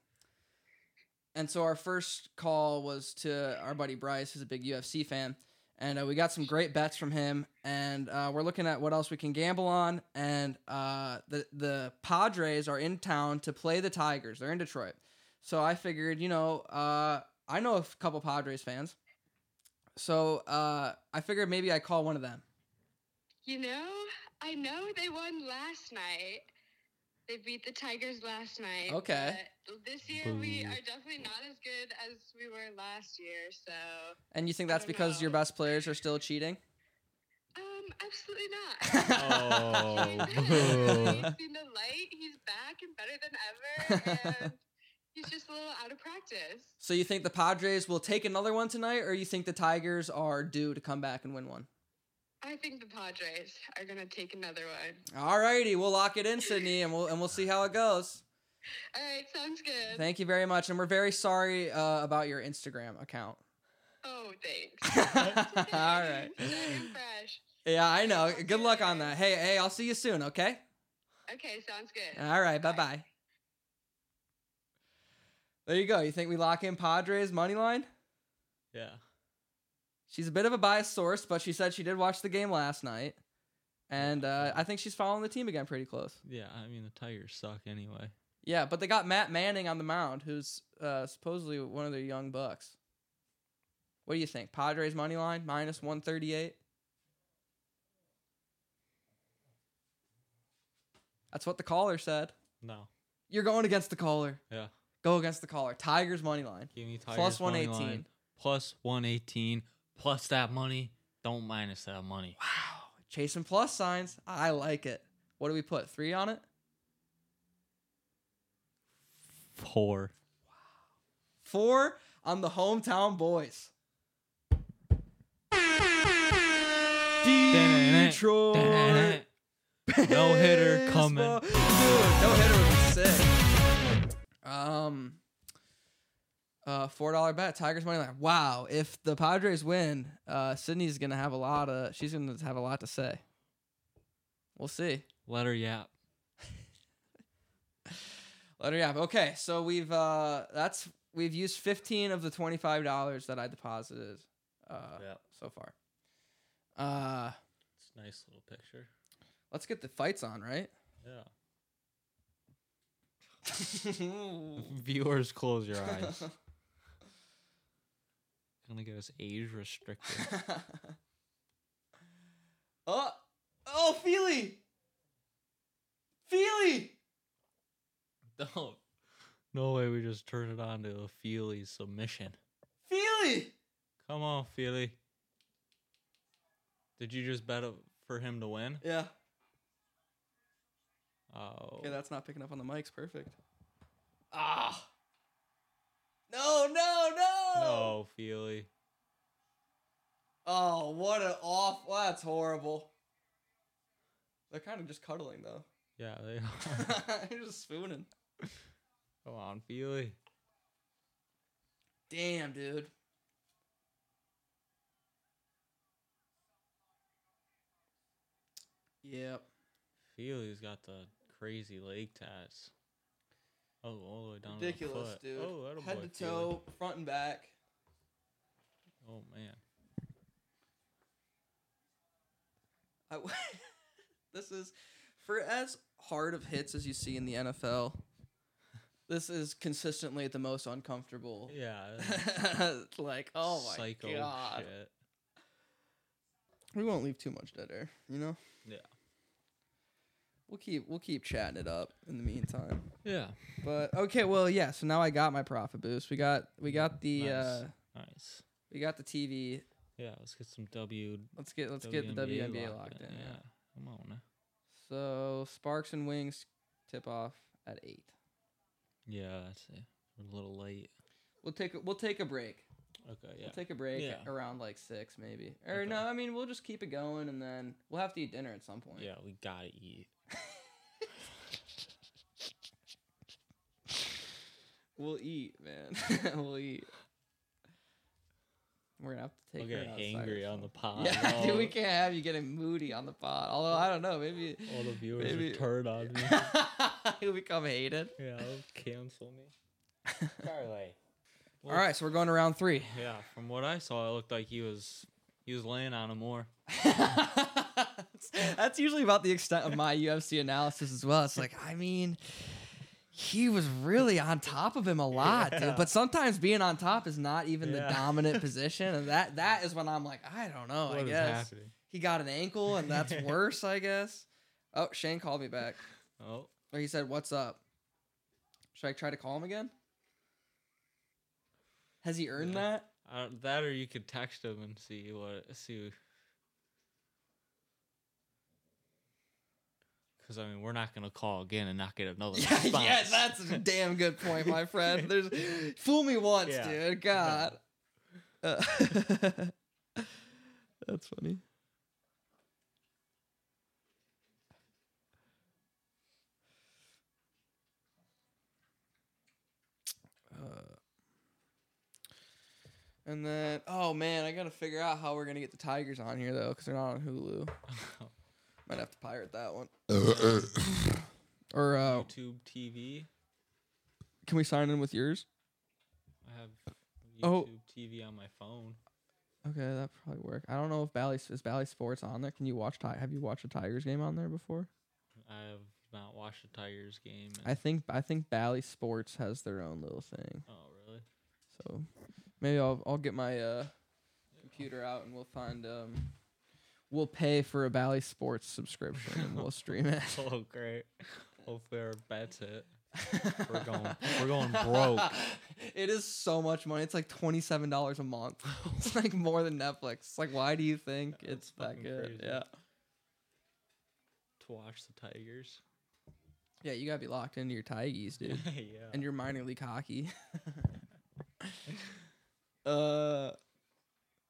And so our first call was to our buddy Bryce, who's a big UFC fan, and uh, we got some great bets from him. And uh, we're looking at what else we can gamble on. And uh, the the Padres are in town to play the Tigers. They're in Detroit, so I figured, you know, uh, I know a f- couple Padres fans, so uh, I figured maybe I call one of them.
You know, I know they won last night. They beat the Tigers last night.
Okay.
but This year we
Boo.
are definitely not as good as we were last year. So,
And you think
I
that's
don't
because your
know.
best players are still cheating?
um, absolutely
Oh,
not. He's seen the light. He's back and better than ever. And He's just a little out of practice.
So you think the Padres will take another one tonight, or you think the Tigers are due to come back and win one?
I think the Padres are gonna take another one.
All righty, we'll lock it in, Sydney, and we'll and we'll see how it goes.
All right, sounds good.
Thank you very much, and we're very sorry uh, about your Instagram account.
oh, thanks.
All right.
I'm fresh.
Yeah, I know. Good luck on that. Hey, hey, I'll see you soon. Okay.
Okay, sounds good.
All right. Bye bye. There you go. You think we lock in Padres money line?
Yeah.
She's a bit of a biased source, but she said she did watch the game last night, and uh, I think she's following the team again pretty close.
Yeah, I mean the Tigers suck anyway.
Yeah, but they got Matt Manning on the mound, who's uh, supposedly one of their young bucks. What do you think? Padres money line minus one thirty eight. That's what the caller said.
No.
You're going against the caller.
Yeah.
Go against the caller. Tigers money line.
Give me Tigers
Plus
money
118.
line, Plus 118. Plus that money. Don't minus that money.
Wow. Chasing plus signs. I like it. What do we put? Three on it?
Four.
Four on the hometown boys. Detroit.
No hitter
Baseball.
coming.
Dude, no hitter would be sick. Um, uh, four dollar bet, Tigers money line. Wow, if the Padres win, uh, Sydney's gonna have a lot of. She's gonna have a lot to say. We'll see.
Let her yap.
Let her have. Okay, so we've uh, that's we've used fifteen of the twenty five dollars that I deposited, uh,
Yep.
so far. Uh,
It's a nice little picture.
let's get the fights on, right?
Yeah. Viewers, close your eyes. Gonna get us age restricted.
oh, oh, Feely, Feely.
Don't. No way we just turn it on to a Feely submission.
Feely.
Come on, Feely. Did you just bet a- for him to win?
Yeah.
Oh.
Okay, that's not picking up on the mics. Perfect. Ah. No, no, no.
Oh. no, Feely.
Oh, what an off. well, that's horrible. They're kind of just cuddling though.
Yeah, they are.
They're just spooning.
Come on, Feely.
Damn, dude. Yep.
Feely's got the crazy leg tats. Oh, all the way down. to the
Ridiculous,
foot.
dude.
Oh, attaboy,
Head to
Feely.
toe, front and back.
Oh man.
I, this is for as hard of hits as you see in the NFL. This is consistently the most uncomfortable.
Yeah.
like, oh my
psycho
god.
shit.
We won't leave too much dead air, you know.
Yeah.
We'll keep we'll keep chatting it up in the meantime.
Yeah.
But okay, well, yeah. So now I got my profit boost. We got we got the
Nice.
uh
Nice.
we got the TV.
Yeah, let's get some W.
Let's get let's get the WNBA locked, in. yeah.
Come on. now.
So Sparks and Wings tip off at eight.
Yeah, that's it. We're a little late.
We'll take a, we'll take a break.
Okay. Yeah.
We'll take a break
Yeah.
around like six maybe. Or
Okay.
no, I mean we'll just keep it going and then we'll have to eat dinner at some point.
yeah, we gotta eat.
We'll eat, man. we'll eat. We're gonna have to
We'll
take.
get
her outside or
Oh, angry on the
something.
pod.
Yeah, dude,
Oh,
we can't have you getting moody on the pod. Although I don't know, maybe
All the viewers
Maybe-
would turn on me.
you become hated.
yeah, they'll cancel me. Charlie.
All right, so we're going to round three.
Yeah, from what I saw, it looked like he was he was laying on him more.
That's usually about the extent of my UFC analysis as well. It's like, I mean, he was really on top of him a lot, dude.
Yeah.
But sometimes being on top is not even
Yeah.
the dominant position, and that that is when I'm like, I don't
Oh,
know.
What
I
is
guess
happening?
he got an ankle, and that's worse, I guess. Oh, Shane called me back,
Oh,
or he said, "What's up?" Should I try to call him again? Has he earned
Yeah.
that?
I don't, that or you could text him and see what see. Because I mean, we're not gonna call again and not get another
Yeah,
response.
yeah, that's a damn good point, my friend. There's fool me once,
Yeah.
dude. God. Uh, that's funny.
Uh, And then, oh man, I gotta figure out how we're gonna get the Tigers on here though, because they're not on Hulu. Might have to pirate that one. or uh,
YouTube TV.
can we sign in with yours?
I have YouTube
Oh.
TV on my phone.
Okay, that probably work. I don't know if Bally is Bally Sports on there. Can you watch? Ti- Have you watched a Tigers game on there before?
I have not watched the Tigers game.
I think I think Bally Sports has their own little thing.
oh really?
So maybe I'll I'll get my uh, computer out and we'll find um we'll pay for a Bally Sports subscription and we'll stream it.
Oh great. Hopefully our bet's it. We're going. We're going broke.
it is so much money. It's like twenty seven dollars a month. it's like more than Netflix. Like why do you think it's that
fucking
good?
crazy.
Yeah.
to watch the Tigers.
Yeah, you gotta be locked into your Tigers, dude.
yeah.
and your minor league hockey. uh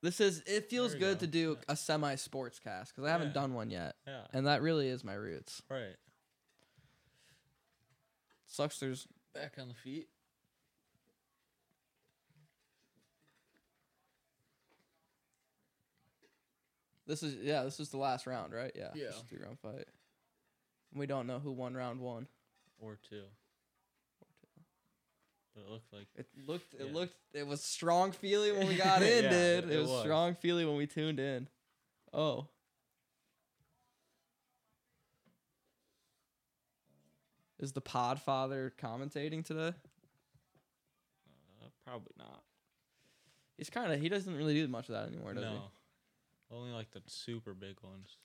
this is it feels
There we
good
go.
to do a semi sports cast because I haven't
Yeah.
done one yet.
yeah.
And that really is my roots.
Right.
Sucks there's
Back on the feet.
This is yeah. This is the last round, right? Yeah.
Yeah.
Three round fight. And we don't know who won round one.
Or two. But it looked like
It looked. It
Yeah.
looked. It was strong feeling when we got in,
Yeah,
dude. It,
it- it
was,
was.
strong feeling when we tuned in. Oh. Is the Podfather commentating today?
uh, probably not.
He's kind of. He doesn't really do much of that anymore, does he?
No. Only like the super big ones.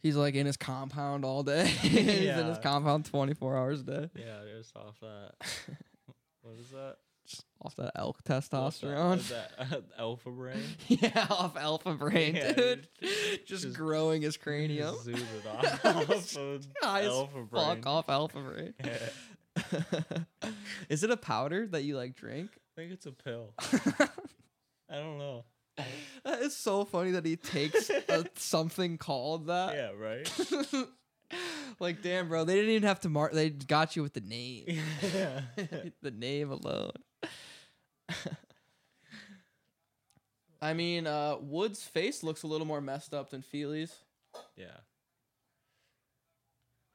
He's like in his compound all day. He's in his
Yeah.
compound twenty four hours a day.
Yeah, it was off that. what is that?
Off that elk
What's that-
testosterone.
what's that? uh, Alpha brain.
Yeah, off alpha brain,
Yeah,
dude.
dude.
Just,
Just-
growing his cranium.
Zoom it off. of
High as
alpha brain.
Fuck off alpha brain.
Yeah,
Is it a powder that you like drink?
I think it's a pill. I don't know.
that is so funny that he takes a, something called that.
Yeah, right.
like, damn, bro, they didn't even have to mark. They got you with the name.
yeah.
the name alone. I mean, uh, Wood's face looks a little more messed up than Feely's.
Yeah.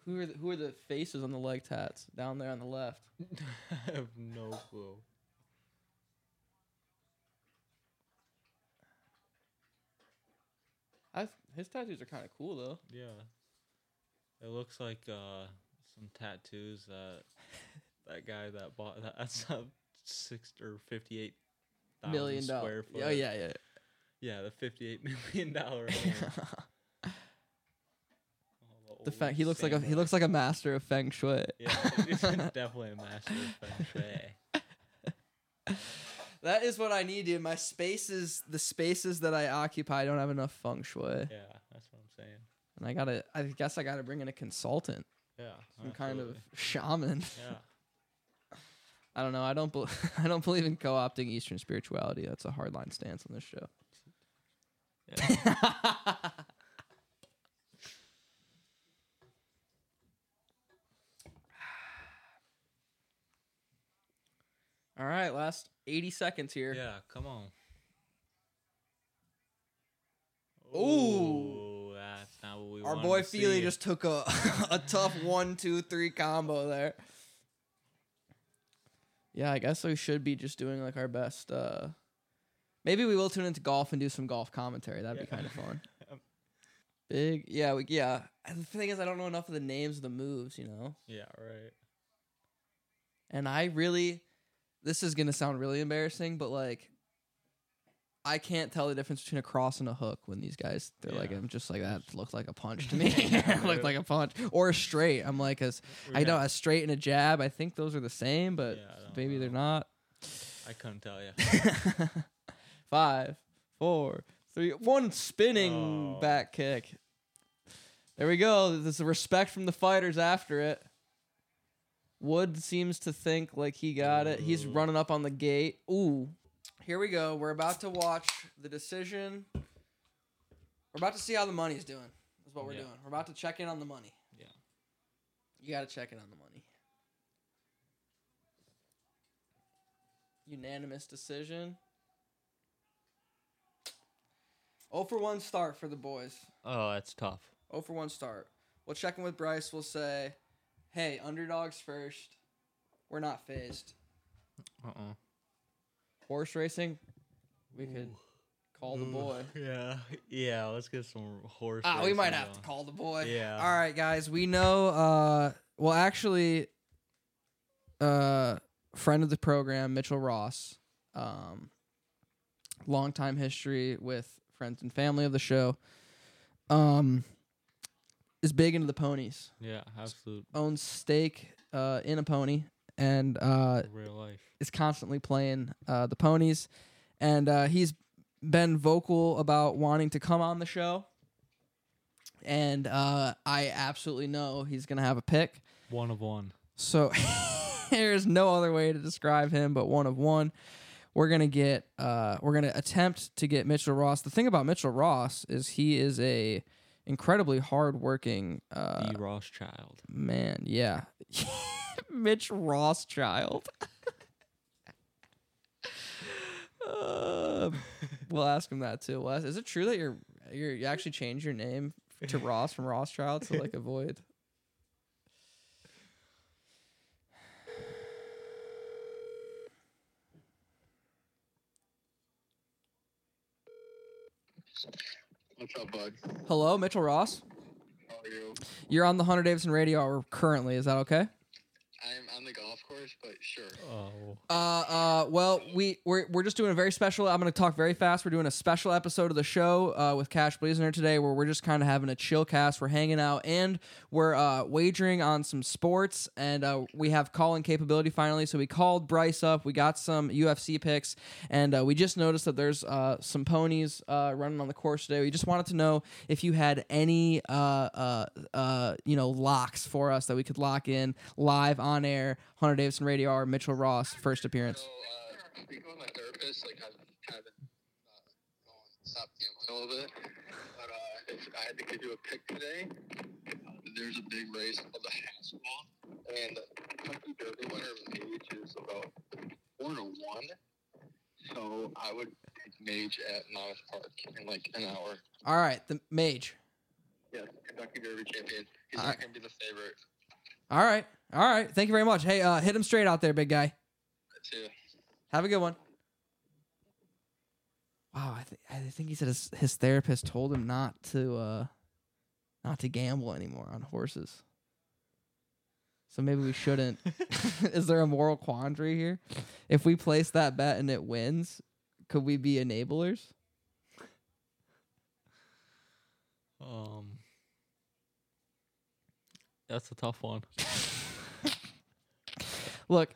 Who are the, who are the faces on the leg tats down there on the left?
I have no clue.
I his tattoos are kind of cool though.
Yeah. It looks like uh some tattoos that that guy that bought that, that's a six or fifty eight
Million
thousand
dollar.
square foot.
Oh yeah, yeah.
Yeah, the fifty eight million dollar
the fa- he looks like a he looks like a master of feng shui.
Yeah, he's definitely a master of feng shui.
That is what I need, dude. My spaces, the spaces that I occupy, don't have enough feng shui,
Yeah, that's what I'm saying.
and I gotta. I guess I gotta bring in a consultant,
Yeah.
some kind of
absolutely.
shaman.
Yeah.
I don't know. I don't. Bel I don't believe in co-opting Eastern spirituality. That's a hardline stance on this show. All right, last 80 seconds here.
Yeah, come on.
Ooh.
Ooh, that's not what we
Our
wanted
boy
to
Feely
see.
just took a a tough one, two, three combo there.
Yeah, I guess we should be just doing like our best. Uh, maybe we will tune into golf and do some golf commentary. That'd be
Yeah.
kind of fun. Big, yeah, we, yeah. And The thing is, I don't know enough of the names of the moves, you know.
Yeah, right.
And I really, this is gonna sound really embarrassing, but like, I can't tell the difference between a cross and a hook when these guys they're like,
Yeah.
I'm just like that looked like a punch to me,
Yeah,
looked like a punch or a straight. I'm like, as I know a straight and a jab. I think those are the same, but
Yeah, I don't
maybe they're
know.
not.
I couldn't tell you.
Five, four, three, one spinning
Oh.
back kick. There we go. There's a respect from the fighters after it. Wood seems to think like he got it. He's running up on the gate. Ooh. Here we go. We're about to watch the decision. We're about to see how the money's doing. Is what we're
Yeah.
doing. We're about to check in on the money.
Yeah.
You got to check in on the money. Unanimous decision. Oh for 1 start for the boys.
Oh, that's tough.
0 for 1 start. We'll check in with Bryce. We'll say, hey, underdogs first. We're not phased.
Uh uh
Horse racing, we could call the Oh, boy.
Yeah. Yeah. Let's get some horse.
Ah, we might
racing
have to
going.
call the boy.
Yeah.
All right, guys. We know. Uh, well, actually, uh, friend of the program, Mitchell Ross, um, long time history with friends and family of the show, um, is big into the ponies.
Yeah, absolute
Owns stake uh, in a pony, and uh,
real life.
is constantly playing uh, the ponies, and uh, he's been vocal about wanting to come on the show. And uh, I absolutely know he's gonna have a pick.
One of one.
So there's no other way to describe him but one of one. We're gonna get uh, we're gonna attempt to get Mitchell Ross. The thing about Mitchell Ross is he is a incredibly hardworking uh,
the Rothschild.
man. Yeah, Mitch Rothschild. Uh, we'll ask him that too. We'll ask- is it true that you're, you're you actually changed your name to Ross from Rothschild to like avoid?
What's up, bud?
Hello, Mitchell Ross.
How are you?
You're on the Hunter Davidson Radio Hour currently. Is that okay?
I'm on the golf course, but sure.
Oh.
Uh, uh, well, we we're, we're just doing a very special. I'm going to talk very fast. We're doing a special episode of the show uh, with Cash Blazner today, where we're just kind of having a chill cast. We're hanging out and we're uh, wagering on some sports, and uh, we have calling capability finally. So we called Bryce up. We got some UFC picks, and uh, we just noticed that there's uh, some ponies uh, running on the course today. We just wanted to know if you had any uh, uh, uh, you know locks for us that we could lock in live on air. Hunter Davidson Radio Hour, Mitchell Ross first appearance.
So, uh, speaking with my therapist, like, I've haven't uh, gone- stopped gambling a little bit. But uh, if I had to give you a pick today, uh, there's a big race called the Haswell, and the Kentucky Derby winner Mage is about four to one. So I would pick Mage at Monmouth Park in like an hour.
All right, the mage.
Yeah, Kentucky Derby champion. He's
All
not
right.
gonna be the favorite.
All right, all right. Thank you very much. Hey, uh, hit him straight out there, big guy.
Too.
Have a good one. Wow, I, th- I think he said his, his therapist told him not to uh, not to gamble anymore on horses. So maybe we shouldn't. Is there a moral quandary here? If we place that bet and it wins, could we be enablers?
Um. That's a tough one.
Look,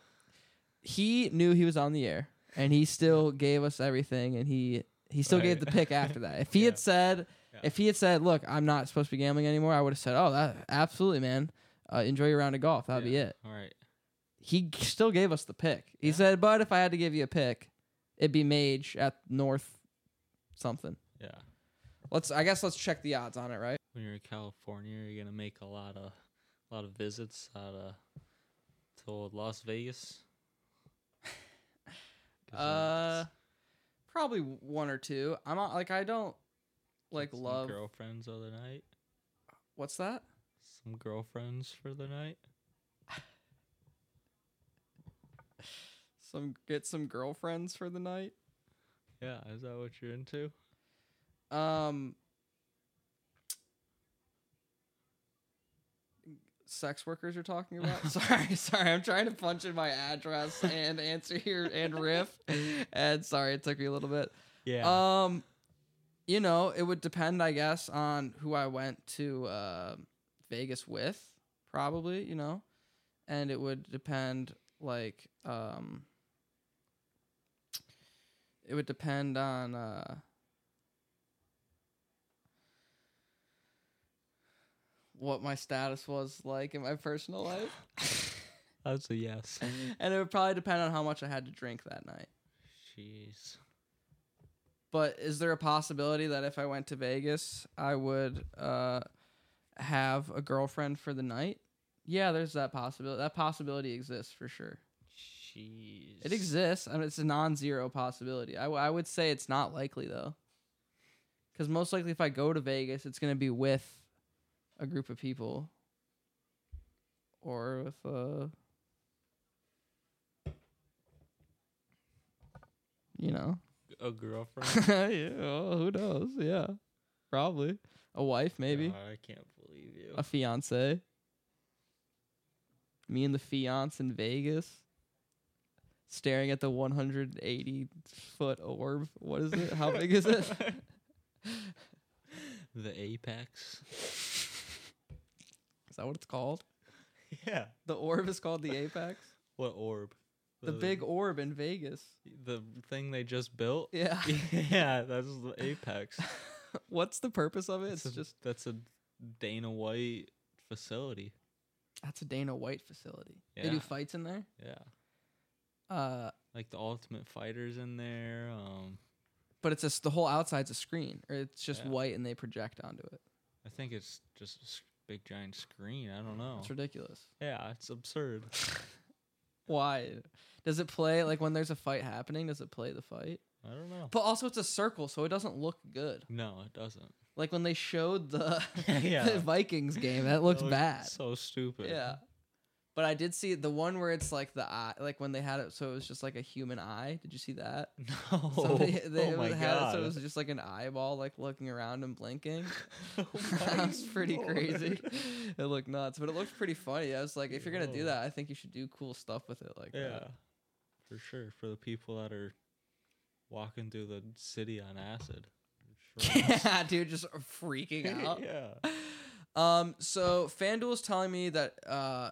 he knew he was on the air, and he still gave us everything, and he he still gave the
Right.
pick after that. If he
Yeah.
had said,
Yeah.
if he had said, "Look, I'm not supposed to be gambling anymore," I would have said, "Oh, that absolutely, man. Uh, enjoy your round of golf. That'd be
Yeah.
it."
All right.
He g- still gave us the pick. He
Yeah.
said, "But if I had to give you a pick, it'd be Mage at North something."
Yeah.
Let's, I guess, let's check the odds on it, right?
When you're in California, you're gonna make a lot of, a lot of visits out of, to Las Vegas. 'Cause,
Uh,
it's-
probably one or two. I'm not like I don't like
some
love.
girlfriends of the night.
What's that?
Some girlfriends for the night.
some get some girlfriends for the night.
Yeah, is that what you're into?
Um sex workers you're talking about? sorry, sorry. I'm trying to punch in my address and answer here and riff. And sorry, it took me a little bit.
Yeah.
Um you know, it would depend I guess on who I went to uh, Vegas with, probably, you know. And it would depend like um it would depend on uh what my status was like in my personal life.
That's a yes.
and it would probably depend on how much I had to drink that night.
Jeez.
But is there a possibility that if I went to Vegas, I would uh, have a girlfriend for the night? Yeah, there's that possibility. That possibility exists for sure.
Jeez.
It exists. I mean, it's a non-zero possibility. I, w- I would say it's not likely though, because most likely if I go to Vegas, it's gonna be with a group of people, or with uh, a, you know,
A girlfriend?
yeah, well, who knows? Yeah, probably a wife, maybe
God, I can't believe you.
a fiance. Me and the fiance in Vegas, staring at the 180 foot orb. What is it? How big is it?
the apex.
Is that what it's called?
Yeah.
The orb is called the apex.
What orb?
The
Uh,
big orb in Vegas.
the thing they just built.
Yeah.
yeah, that's the apex.
What's the purpose of it? It's
That's a-
just
that's a Dana White facility.
that's a Dana White facility. They do
Yeah.
fights in there.
Yeah,
Uh,
like the Ultimate Fighters in there. Um,
but it's just the whole outside's a screen, or it's just
Yeah.
white and they project onto it.
I think it's just a s- big giant screen. I don't know.
It's ridiculous.
yeah, it's absurd.
Why? Does it play like when there's a fight happening? Does it play the fight?
I don't know.
But also, it's a circle, so it doesn't look good.
No, it doesn't.
Like when they showed the,
Yeah.
the Vikings game, that looked
That
bad.
So stupid.
yeah. But I did see the one where it's like the eye, like when they had it, so it was just like a human eye. Did you see that?
No.
So they, they
oh my
had
god.
It, so it was just like an eyeball, like looking around and blinking.
Oh my
that was pretty
lord.
crazy. It looked nuts, but it looked pretty funny. I was like, if you're gonna do
Yeah.
that, I think you should do cool stuff with it, like
Yeah,
that.
for sure. For the people that are walking through the city on acid. for sure.
yeah, dude, just freaking out.
yeah.
Um, so FanDuel is telling me that uh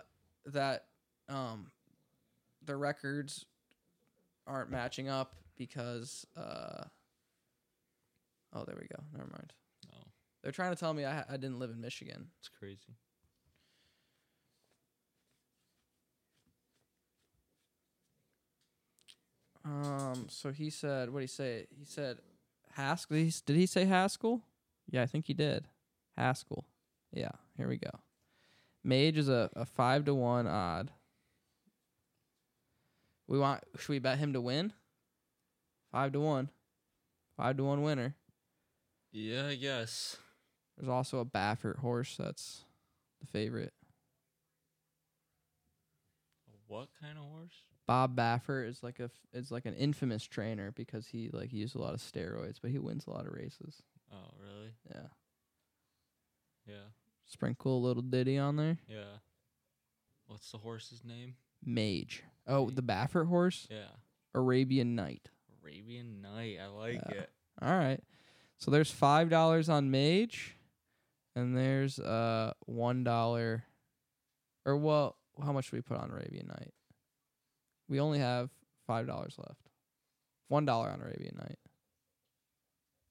that um the records aren't matching up because uh oh there we go. Never mind.
No,
They're trying to tell me I, ha- I didn't live in Michigan.
it's crazy.
Um, so he said, what did he say? He said Haskell. Did he, s- did he say Haskell? Yeah, I think he did. Haskell. Yeah, here we go. Mage is a, a five to one odd. We want should we bet him to win? Five to one. Five to one winner.
Yeah, I guess.
There's also a Baffert horse that's the favorite.
What kind of horse?
Bob Baffert is like a f- is like an infamous trainer because he like used a lot of steroids, but he wins a lot of races.
Oh, really?
Yeah.
Yeah,
sprinkle a little ditty on there.
yeah. What's the horse's name?
Mage. Oh, the Baffert horse,
Yeah,
Arabian Knight.
Arabian Night. I like
Yeah.
it.
All right. So there's five dollars on Mage, and there's uh one dollar, or well, how much should we put on Arabian Knight? We only have five dollars left. One dollar on Arabian Knight.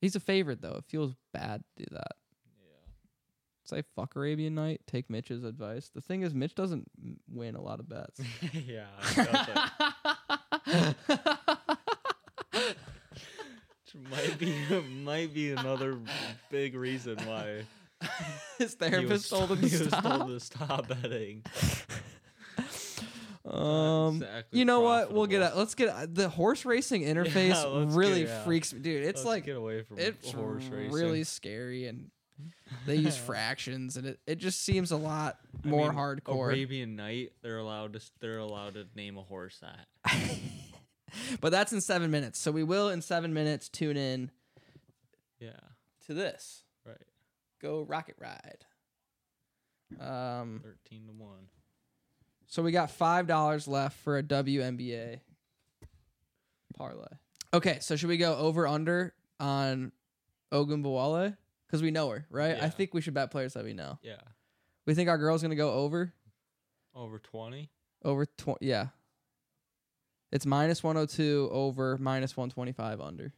He's a favorite though. It feels bad to do that.
Yeah,
Say fuck Arabian Knight. Take Mitch's advice. The thing is, Mitch doesn't m- win a lot of bets.
yeah. I felt that. Which might be might be another big reason why
His
he
therapist
was,
told him
he
to
was
stop.
told to stop betting.
um,
exactly
you know what? We'll get out.
profitable.
Let's get uh, the horse racing interface.
Yeah, let's
really
get out.
freaks me, dude. It's
Let's
like
get away from
it's
horse racing.
really scary, and they use fractions, and it, it just seems a lot
I
more
mean,
hardcore.
Arabian Night. They're allowed to. s- They're allowed to name a horse that.
but that's in seven minutes, so we will in seven minutes tune in
Yeah.
to this.
Right.
Go rocket ride. Um.
Thirteen to one.
So we got five dollars left for a WNBA parlay. Okay, so should we go over under on Ogunbowale? Because we know her, right? I
Yeah.
think we should bet players that we know.
Yeah.
We think our girl's gonna go over
Over twenty.
over twenty. Yeah, it's minus one hundred two over minus one twenty five under.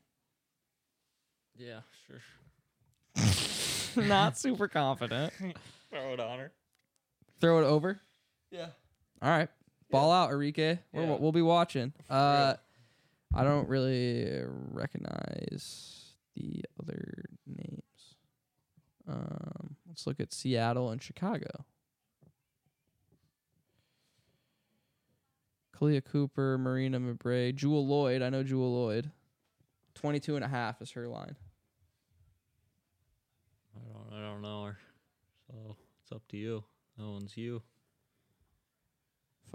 Yeah. Sure.
Not super confident.
Throw it on her.
Throw it over.
Yeah.
All right. Ball out, Enrique. We're,
Yeah.
We'll be watching. Uh, I don't really recognize the other names. Um, let's look at Seattle and Chicago. Kalia Cooper, Marina Mabray, Jewel Lloyd. I know Jewel Lloyd. 22 and a half is her line.
I don't, I don't know her. So it's up to you. That one's you.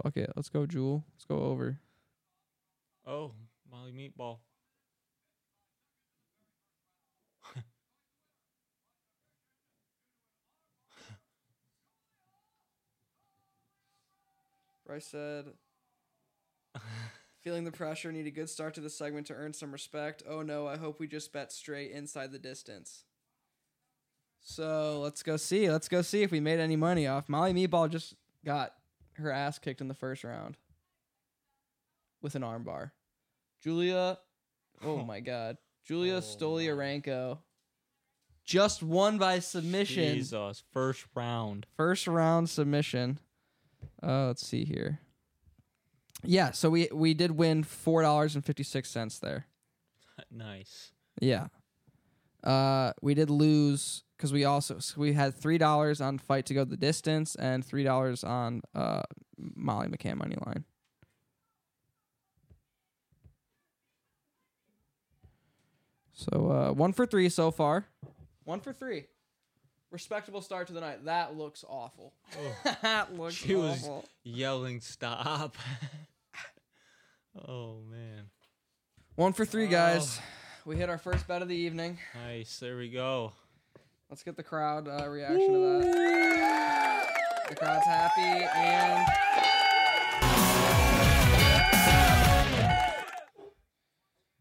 Fuck it. Let's go, Jewel. Let's go over.
Oh, Molly Meatball.
Bryce said,
Feeling the pressure, need a good start to the segment to earn some respect. Oh no, I hope we just bet straight inside the distance. So let's go see. Let's go see if we made any money off. Molly Meatball just got her ass kicked in the first round with an armbar. Julia, oh my god. Julia
Oh
Stolyarenko just won by submission.
Jesus, first round.
First round submission. Uh, let's see here. Yeah, so we we did win four dollars and fifty six cents there.
nice.
Yeah. Uh, we did lose because we also so we had three dollars on fight to go the distance and three dollars on uh Molly McCann money line. So uh, one for three so far. One for three. Respectable start to the night. That looks awful. that looks
She was-
awful.
Yelling, stop. oh, man.
One for three, guys. We hit our first bet of the evening.
Nice. There we go.
Let's get the crowd uh, reaction to that. The crowd's happy and.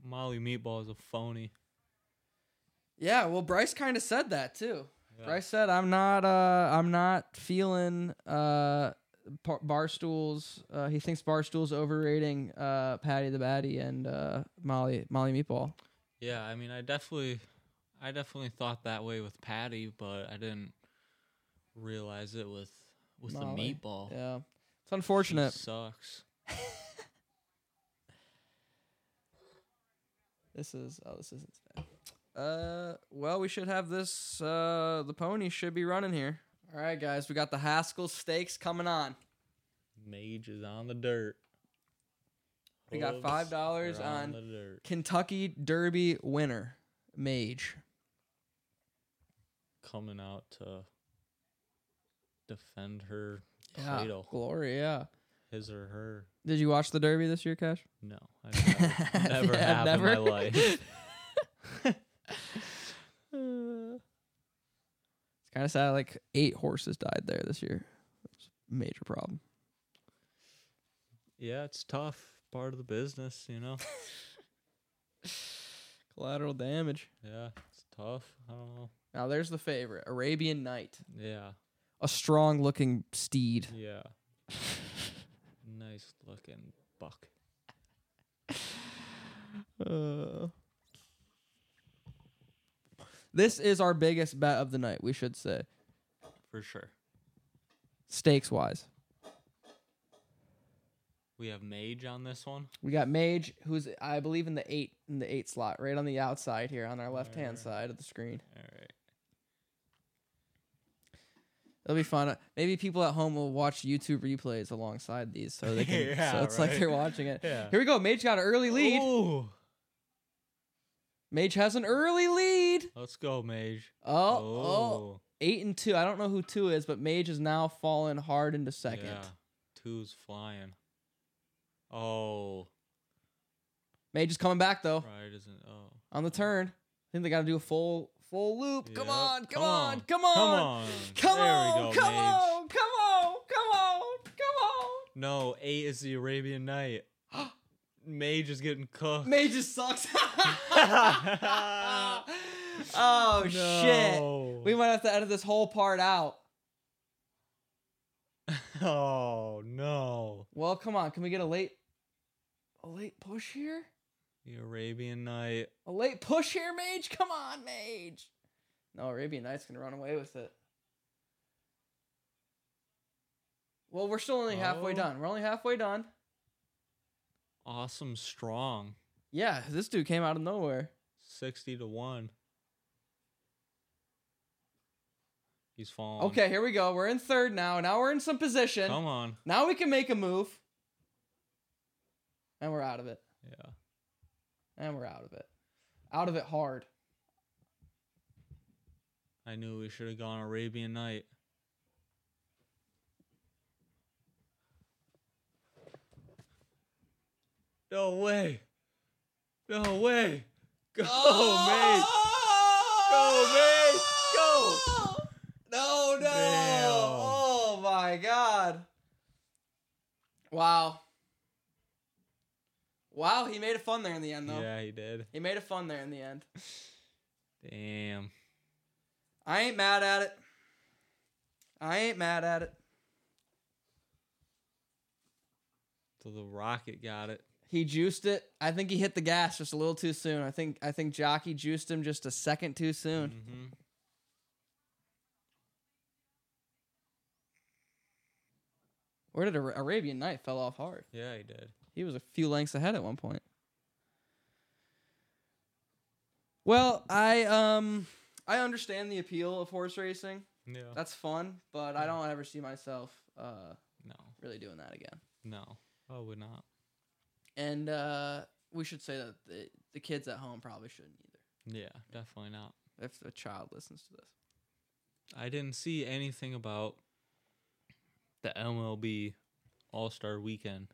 Molly Meatball is a phony.
Yeah, well, Bryce kind of said that too.
Yeah.
Bryce said, "I'm not, uh, I'm not feeling uh, par- barstools." Uh, he thinks barstools overrating uh, Patty the Batty and uh, Molly Molly Meatball.
Yeah, I mean, I definitely, I definitely thought that way with Patty, but I didn't realize it with with
Molly,
the meatball.
Yeah, it's
She
unfortunate.
sucks.
This is oh, this isn't today. Uh, well, we should have this. Uh, the pony should be running here. All right, guys, we got the Haskell Stakes coming on.
Mage is on the dirt.
We got
Hooves
$5
are
on-
the dirt.
Kentucky Derby winner, Mage.
coming out to defend her
Yeah,
title,
glory. Yeah.
his or her.
Did you watch the Derby this year, Cash?
No, I've never, never
Yeah,
have
never.
in my life.
It's kind of sad. Like eight horses died there this year. It's a major problem.
yeah, it's tough. Part of the business, you know.
Collateral damage.
Yeah, it's tough. I don't know.
Now there's the favorite, Arabian Knight,
Yeah,
a strong-looking steed.
yeah. nice looking buck.
Uh, this is our biggest bet of the night. We should say
For sure.
stakes wise.
We have Mage on this one.
We got Mage, who's I believe in the eight in the eight slot, right on the outside here, on our left hand side of the screen.
All right.
It'll be fun. Uh, Maybe people at home will watch YouTube replays alongside these, so they can.
Yeah,
so it's like
right.
they're watching it.
Yeah.
Here we go. Mage got an early lead.
Ooh.
Mage has an early lead.
Let's go, Mage.
Oh, oh, eight and two. I don't know who two is, but Mage has now fallen hard into second.
Yeah. Two's flying. Oh.
Mage is coming back though
Right isn't. Oh.
on the turn. I think they got to do a full full loop. Come
Yep.
on, come on, come on, come
Come on.
on,
there we go,
come
Mage.
on, come on, come on, come
No, eight is the Arabian Night. Mage is getting cooked.
on. Mage just sucks.
oh
oh shit. We might have to edit this whole part out.
Oh no.
Well, come on. Can we get a late, a late push here?
The Arabian Night.
A late push here, Mage. Come on, Mage. No, Arabian Nights can run away with it. Well, we're still only halfway
Oh.
done. We're only halfway done.
Awesome strong.
Yeah, this dude came out of nowhere.
Sixty to one. He's falling.
Um, Okay, here we go. We're in third now. Now we're in some position.
Come on.
Now we can make a move. And we're out of it.
Yeah.
And we're out of it. Out of it hard.
I knew we should have gone Arabian Night. No way. No way. Go, mate.
Oh!
Go, mate. Go.
No, no.
Damn.
Oh my god.
Wow. Wow, he made it fun there in the end, though.
Yeah, he did.
He made it fun there in the end.
Damn.
I ain't mad at it. I ain't mad at it.
So the Rocket got it.
He juiced it. I think he hit the gas just a little too soon. I think I think Jockey juiced him just a second too soon.
Mm-hmm.
Where did Ara- Arabian Night fell off hard?
Yeah, he did.
He was a few lengths ahead at one point. Well, I um I understand the appeal of horse racing.
Yeah.
That's fun, but I don't ever see myself uh
No,
really doing that again.
no. I would not.
And uh we should say that the, the kids at home probably shouldn't either
Yeah, definitely not.
if a child listens to this.
I didn't see anything about the MLB All Star Weekend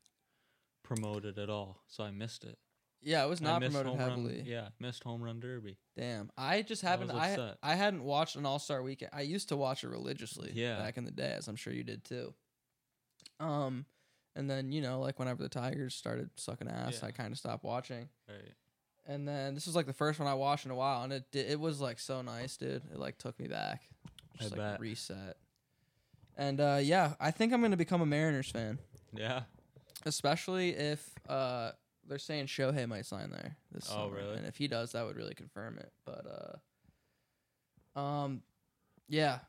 promoted at all, so I missed it.
Yeah, it was
I
not
missed
promoted
home
heavily.
Run, yeah, missed Home Run Derby.
Damn, I just
I was
haven't. I I,
upset.
hadn't watched an All Star Weekend. I used to watch it religiously.
Yeah.
back in the day, as I'm sure you did too. Um, and then you know, like whenever the Tigers started sucking ass,
Yeah.
I kind of stopped watching.
Right.
And then this was like the first one I watched in a while, and it di- it was like so nice, dude. It like took me back, just like
bet.
reset. And uh, yeah, I think I'm gonna become a Mariners fan,
Yeah.
especially if uh, they're saying Shohei might sign there. This
Oh,
summer.
really?
And if he does, that would really confirm it. But uh, um, yeah,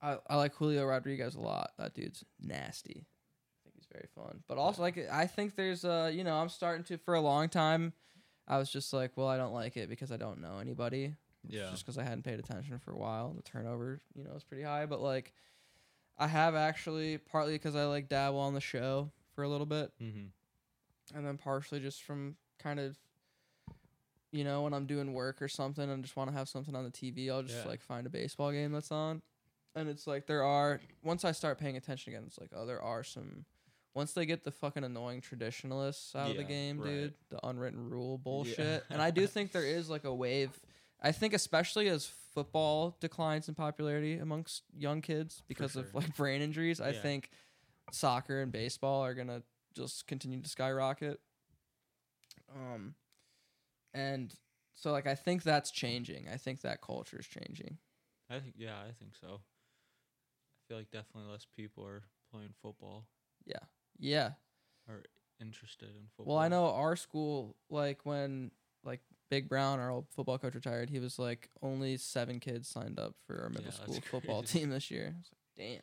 I I like Julio Rodriguez a lot. That dude's nasty. I think he's very fun. But also, like, I think there's uh, you know, I'm starting to for a long time. I was just like, well, I don't like it because I don't know anybody. It's
Yeah.
Just because I hadn't paid attention for a while, the turnover, you know, is pretty high. But like, I have actually partly because I like dabble on the show for a little bit,
Mm-hmm.
and then partially just from kind of, you know, when I'm doing work or something and just want to have something on the TV, I'll just
Yeah.
like find a baseball game that's on, and it's like there are once I start paying attention again, it's like oh there are some. Once they get the fucking annoying traditionalists out of the
Yeah,
game,
right.
dude, the unwritten rule bullshit, and I do think there is like a wave I think especially as football declines in popularity amongst young kids because
sure.
of like brain injuries, I
Yeah.
think soccer and baseball are gonna just continue to skyrocket. Um, and so like I think that's changing. I think that culture is changing.
I think. Yeah, I think so. I feel like definitely less people are playing football,
Yeah.
interested in football.
Well, I know our school, like when like Big Brown, our old football coach, retired, he was like only seven kids signed up for our middle
Yeah, that's
school football
crazy.
team this year. I was like, damn.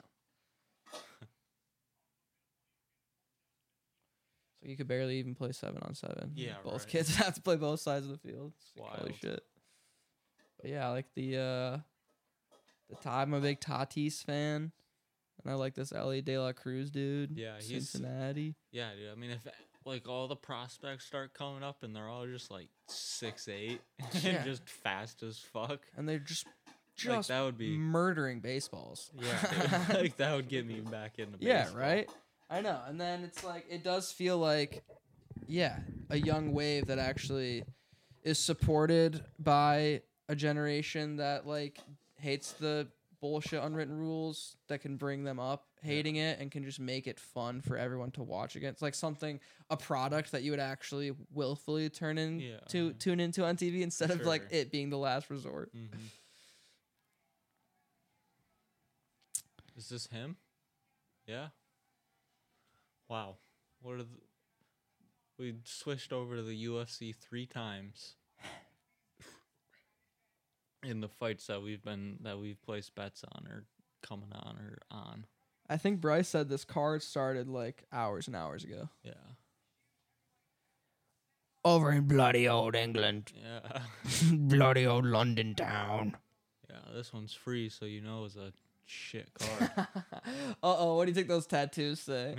so you could barely even play seven on seven.
Yeah,
both
right.
kids have to play both sides of the field. It's like, holy
Wild.
shit. But yeah, I like the uh the Todd. I'm a big Tatis fan, and I like this Ellie De La Cruz dude.
Yeah, he's-
Cincinnati.
Yeah, dude. I mean, if like all the prospects start coming up and they're all just like six eight and
Yeah.
just fast as fuck,
and they're just
like,
just
that would be.
murdering baseballs.
Yeah, dude, like that would get me back into
yeah,
baseball.
right. I know, and then it's like it does feel like, yeah, a young wave that actually is supported by a generation that like hates the bullshit unwritten rules that can bring them up hating it and can just make it fun for everyone to watch again. It's like something a product that you would actually willfully turn in
Yeah.
to tune into on TV instead of like
Sure.
it being the last resort.
hmm Is this him? Yeah. Wow. What are the, we switched over to the UFC three times in the fights that we've been that we've placed bets on or coming on or on.
I think Bryce said this card started like hours and hours ago.
Yeah.
Over in bloody old England,
Yeah.
bloody old London town.
Yeah. This one's free, so you know it's a shit card.
Uh oh, what do you think those tattoos say?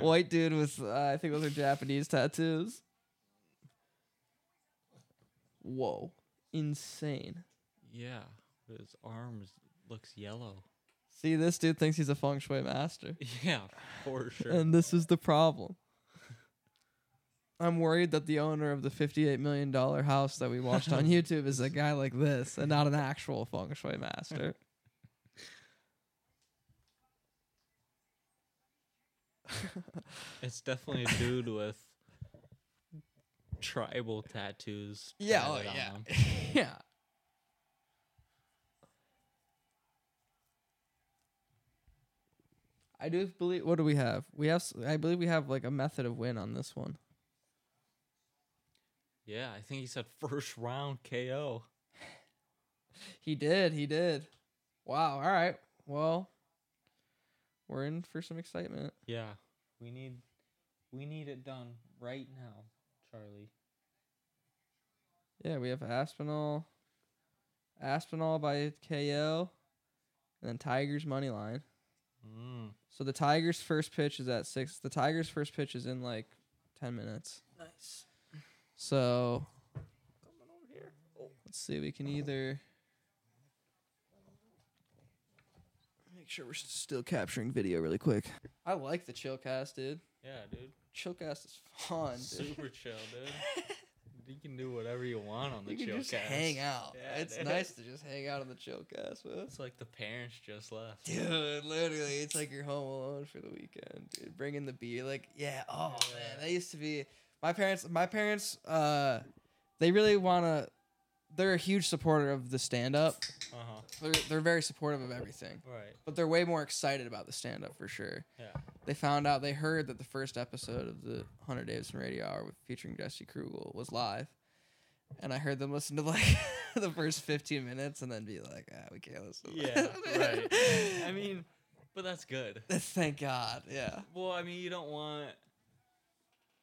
White dude with, uh, I think those are Japanese tattoos. Whoa. Insane.
yeah. His arms looks yellow.
See, this dude thinks he's a feng shui master.
Yeah, for sure.
And this is the problem. I'm worried that the owner of the $58 million house that we watched on YouTube is a guy like this and not an actual feng shui master.
It's definitely a dude with tribal tattoos.
Yeah, oh,
tatted on
yeah.
him.
yeah. I do believe. What do we have? We have. s- I believe we have like a method of win on this one.
Yeah, I think he said first round KO.
He did. He did. Wow. All right. Well, we're in for some excitement.
Yeah. We need we need it done right now, Charlie.
Yeah, we have Aspinall. Aspinall by KO. And then Tigers money line.
Mm.
So the Tigers first pitch is at six. The Tigers first pitch is in like ten minutes. Nice. So let's see. We can either make sure we're s- still capturing video really quick. I like the chill cast, dude.
Yeah, dude.
Chill cast is fun, dude.
Super chill, dude. you can do whatever you want on the
You can
chill
just
cast.
hang out.
Yeah,
it's
dude.
nice to just hang out on the chill cast, man.
It's like the parents just left.
Dude, literally, it's like you're home alone for the weekend, dude. Bring in the beer, like yeah. Oh man, that used to be my parents. My parents, uh, they really wanna. They're a huge supporter of the stand up.
Uh-huh.
They're they're very supportive of everything,
Right.
but they're way more excited about the stand up for sure.
Yeah.
They found out they heard that the first episode of the Hunter Davidson Radio Hour with featuring Jesse Krugel was live, and I heard them listen to like the first fifteen minutes and then be like, ah, we can't listen. to
Yeah,
that."
right. I mean, but that's good.
Thank God. Yeah.
Well, I mean, you don't want.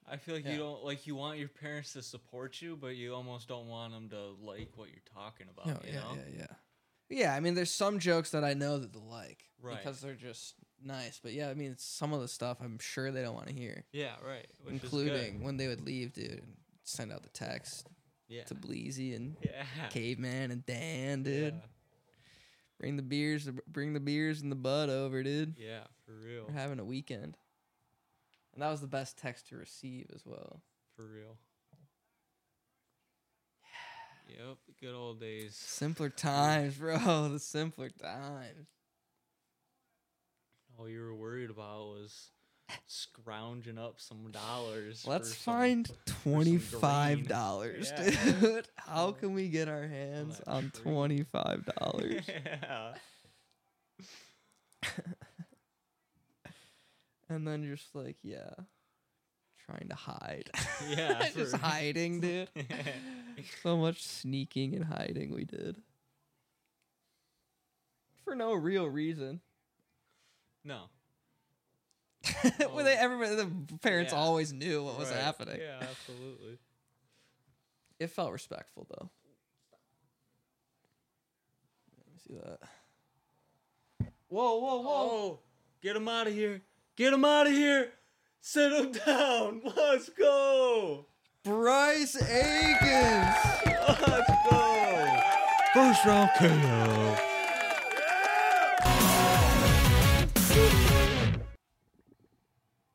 I feel like
Yeah.
you don't like you want your parents to support you, but you almost don't want them to like what you're talking about.
yeah,
you
yeah,
know?
yeah, yeah. Yeah, I mean, there's some jokes that I know that they like
Right.
because they're just nice. But yeah, I mean, some of the stuff I'm sure they don't want to hear,
yeah, right. Which Is
including
good.
when they would leave, dude, and send out the text
Yeah.
to Bleezy and
yeah.
Caveman and Dan, dude.
Yeah.
Bring the beers, bring the beers and the bud over, dude.
Yeah, for real.
We're having a weekend, and that was the best text to receive as well.
For real. Yep, good old days.
Simpler times, bro. The simpler times.
All you were worried about was scrounging up some dollars.
Let's
for some-
find twenty five
green.
dollars,
Yeah.
dude. How can we get our hands
that
on
tree.
twenty five dollars?
yeah.
and then you're just like, yeah, trying to hide.
Yeah,
just
for-
hiding, dude. so much sneaking and hiding we did for no real reason.
No.
Well, they, everybody, the parents
Oh. Yeah.
always knew what was
right.
happening.
Yeah, absolutely.
It felt respectful though. Let me see that.
Whoa, whoa, whoa. Oh, Get him out of here. Get him out of here. Sit him down. Let's go.
Bryce Akins.
Let's go. First round KO.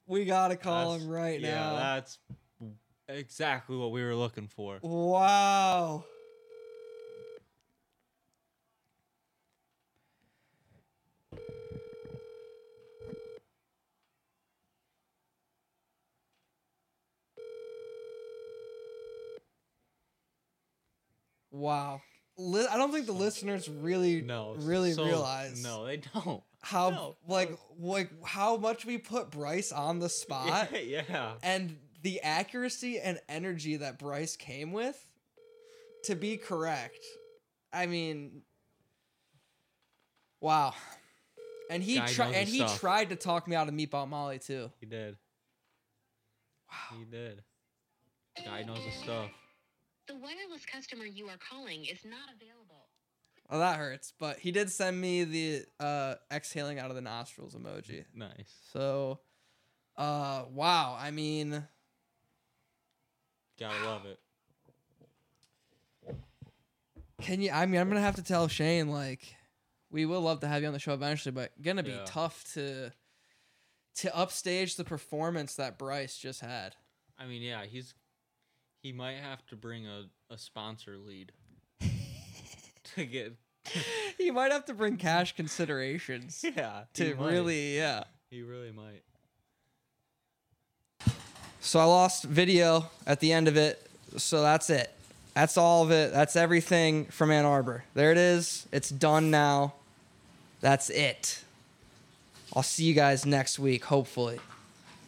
We gotta call him right
yeah,
now.
That's exactly what we were looking for.
Wow. Wow. Li- I don't think the listeners really
No.
really
so-
realize
No, they don't.
how
no,
like like how much we put Bryce on the spot
yeah.
and the accuracy and energy that Bryce came with to be correct. I mean, wow. And he
Guy
tri-
knows
and
his
he
stuff.
tried to talk me out of Meatball Molly too.
He did. Wow. He did. Guy knows his stuff.
The wireless customer you are calling is not available.
Well, that hurts. But he did send me the uh, exhaling out of the nostrils emoji.
Nice.
So, uh, wow. I mean,
Gotta love it.
can you? I mean, I'm gonna have to tell Shane like, we will love to have you on the show eventually, but gonna be
Yeah.
tough to to upstage the performance that Bryce just had.
I mean, yeah, he's he might have to bring a, a sponsor lead to get
He might have to bring cash considerations
yeah
to really, yeah.
he really might.
So I lost video at the end of it. So that's it. That's all of it. That's everything from Ann Arbor. There it is. It's done now. That's it. I'll see you guys next week, hopefully.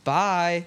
Bye.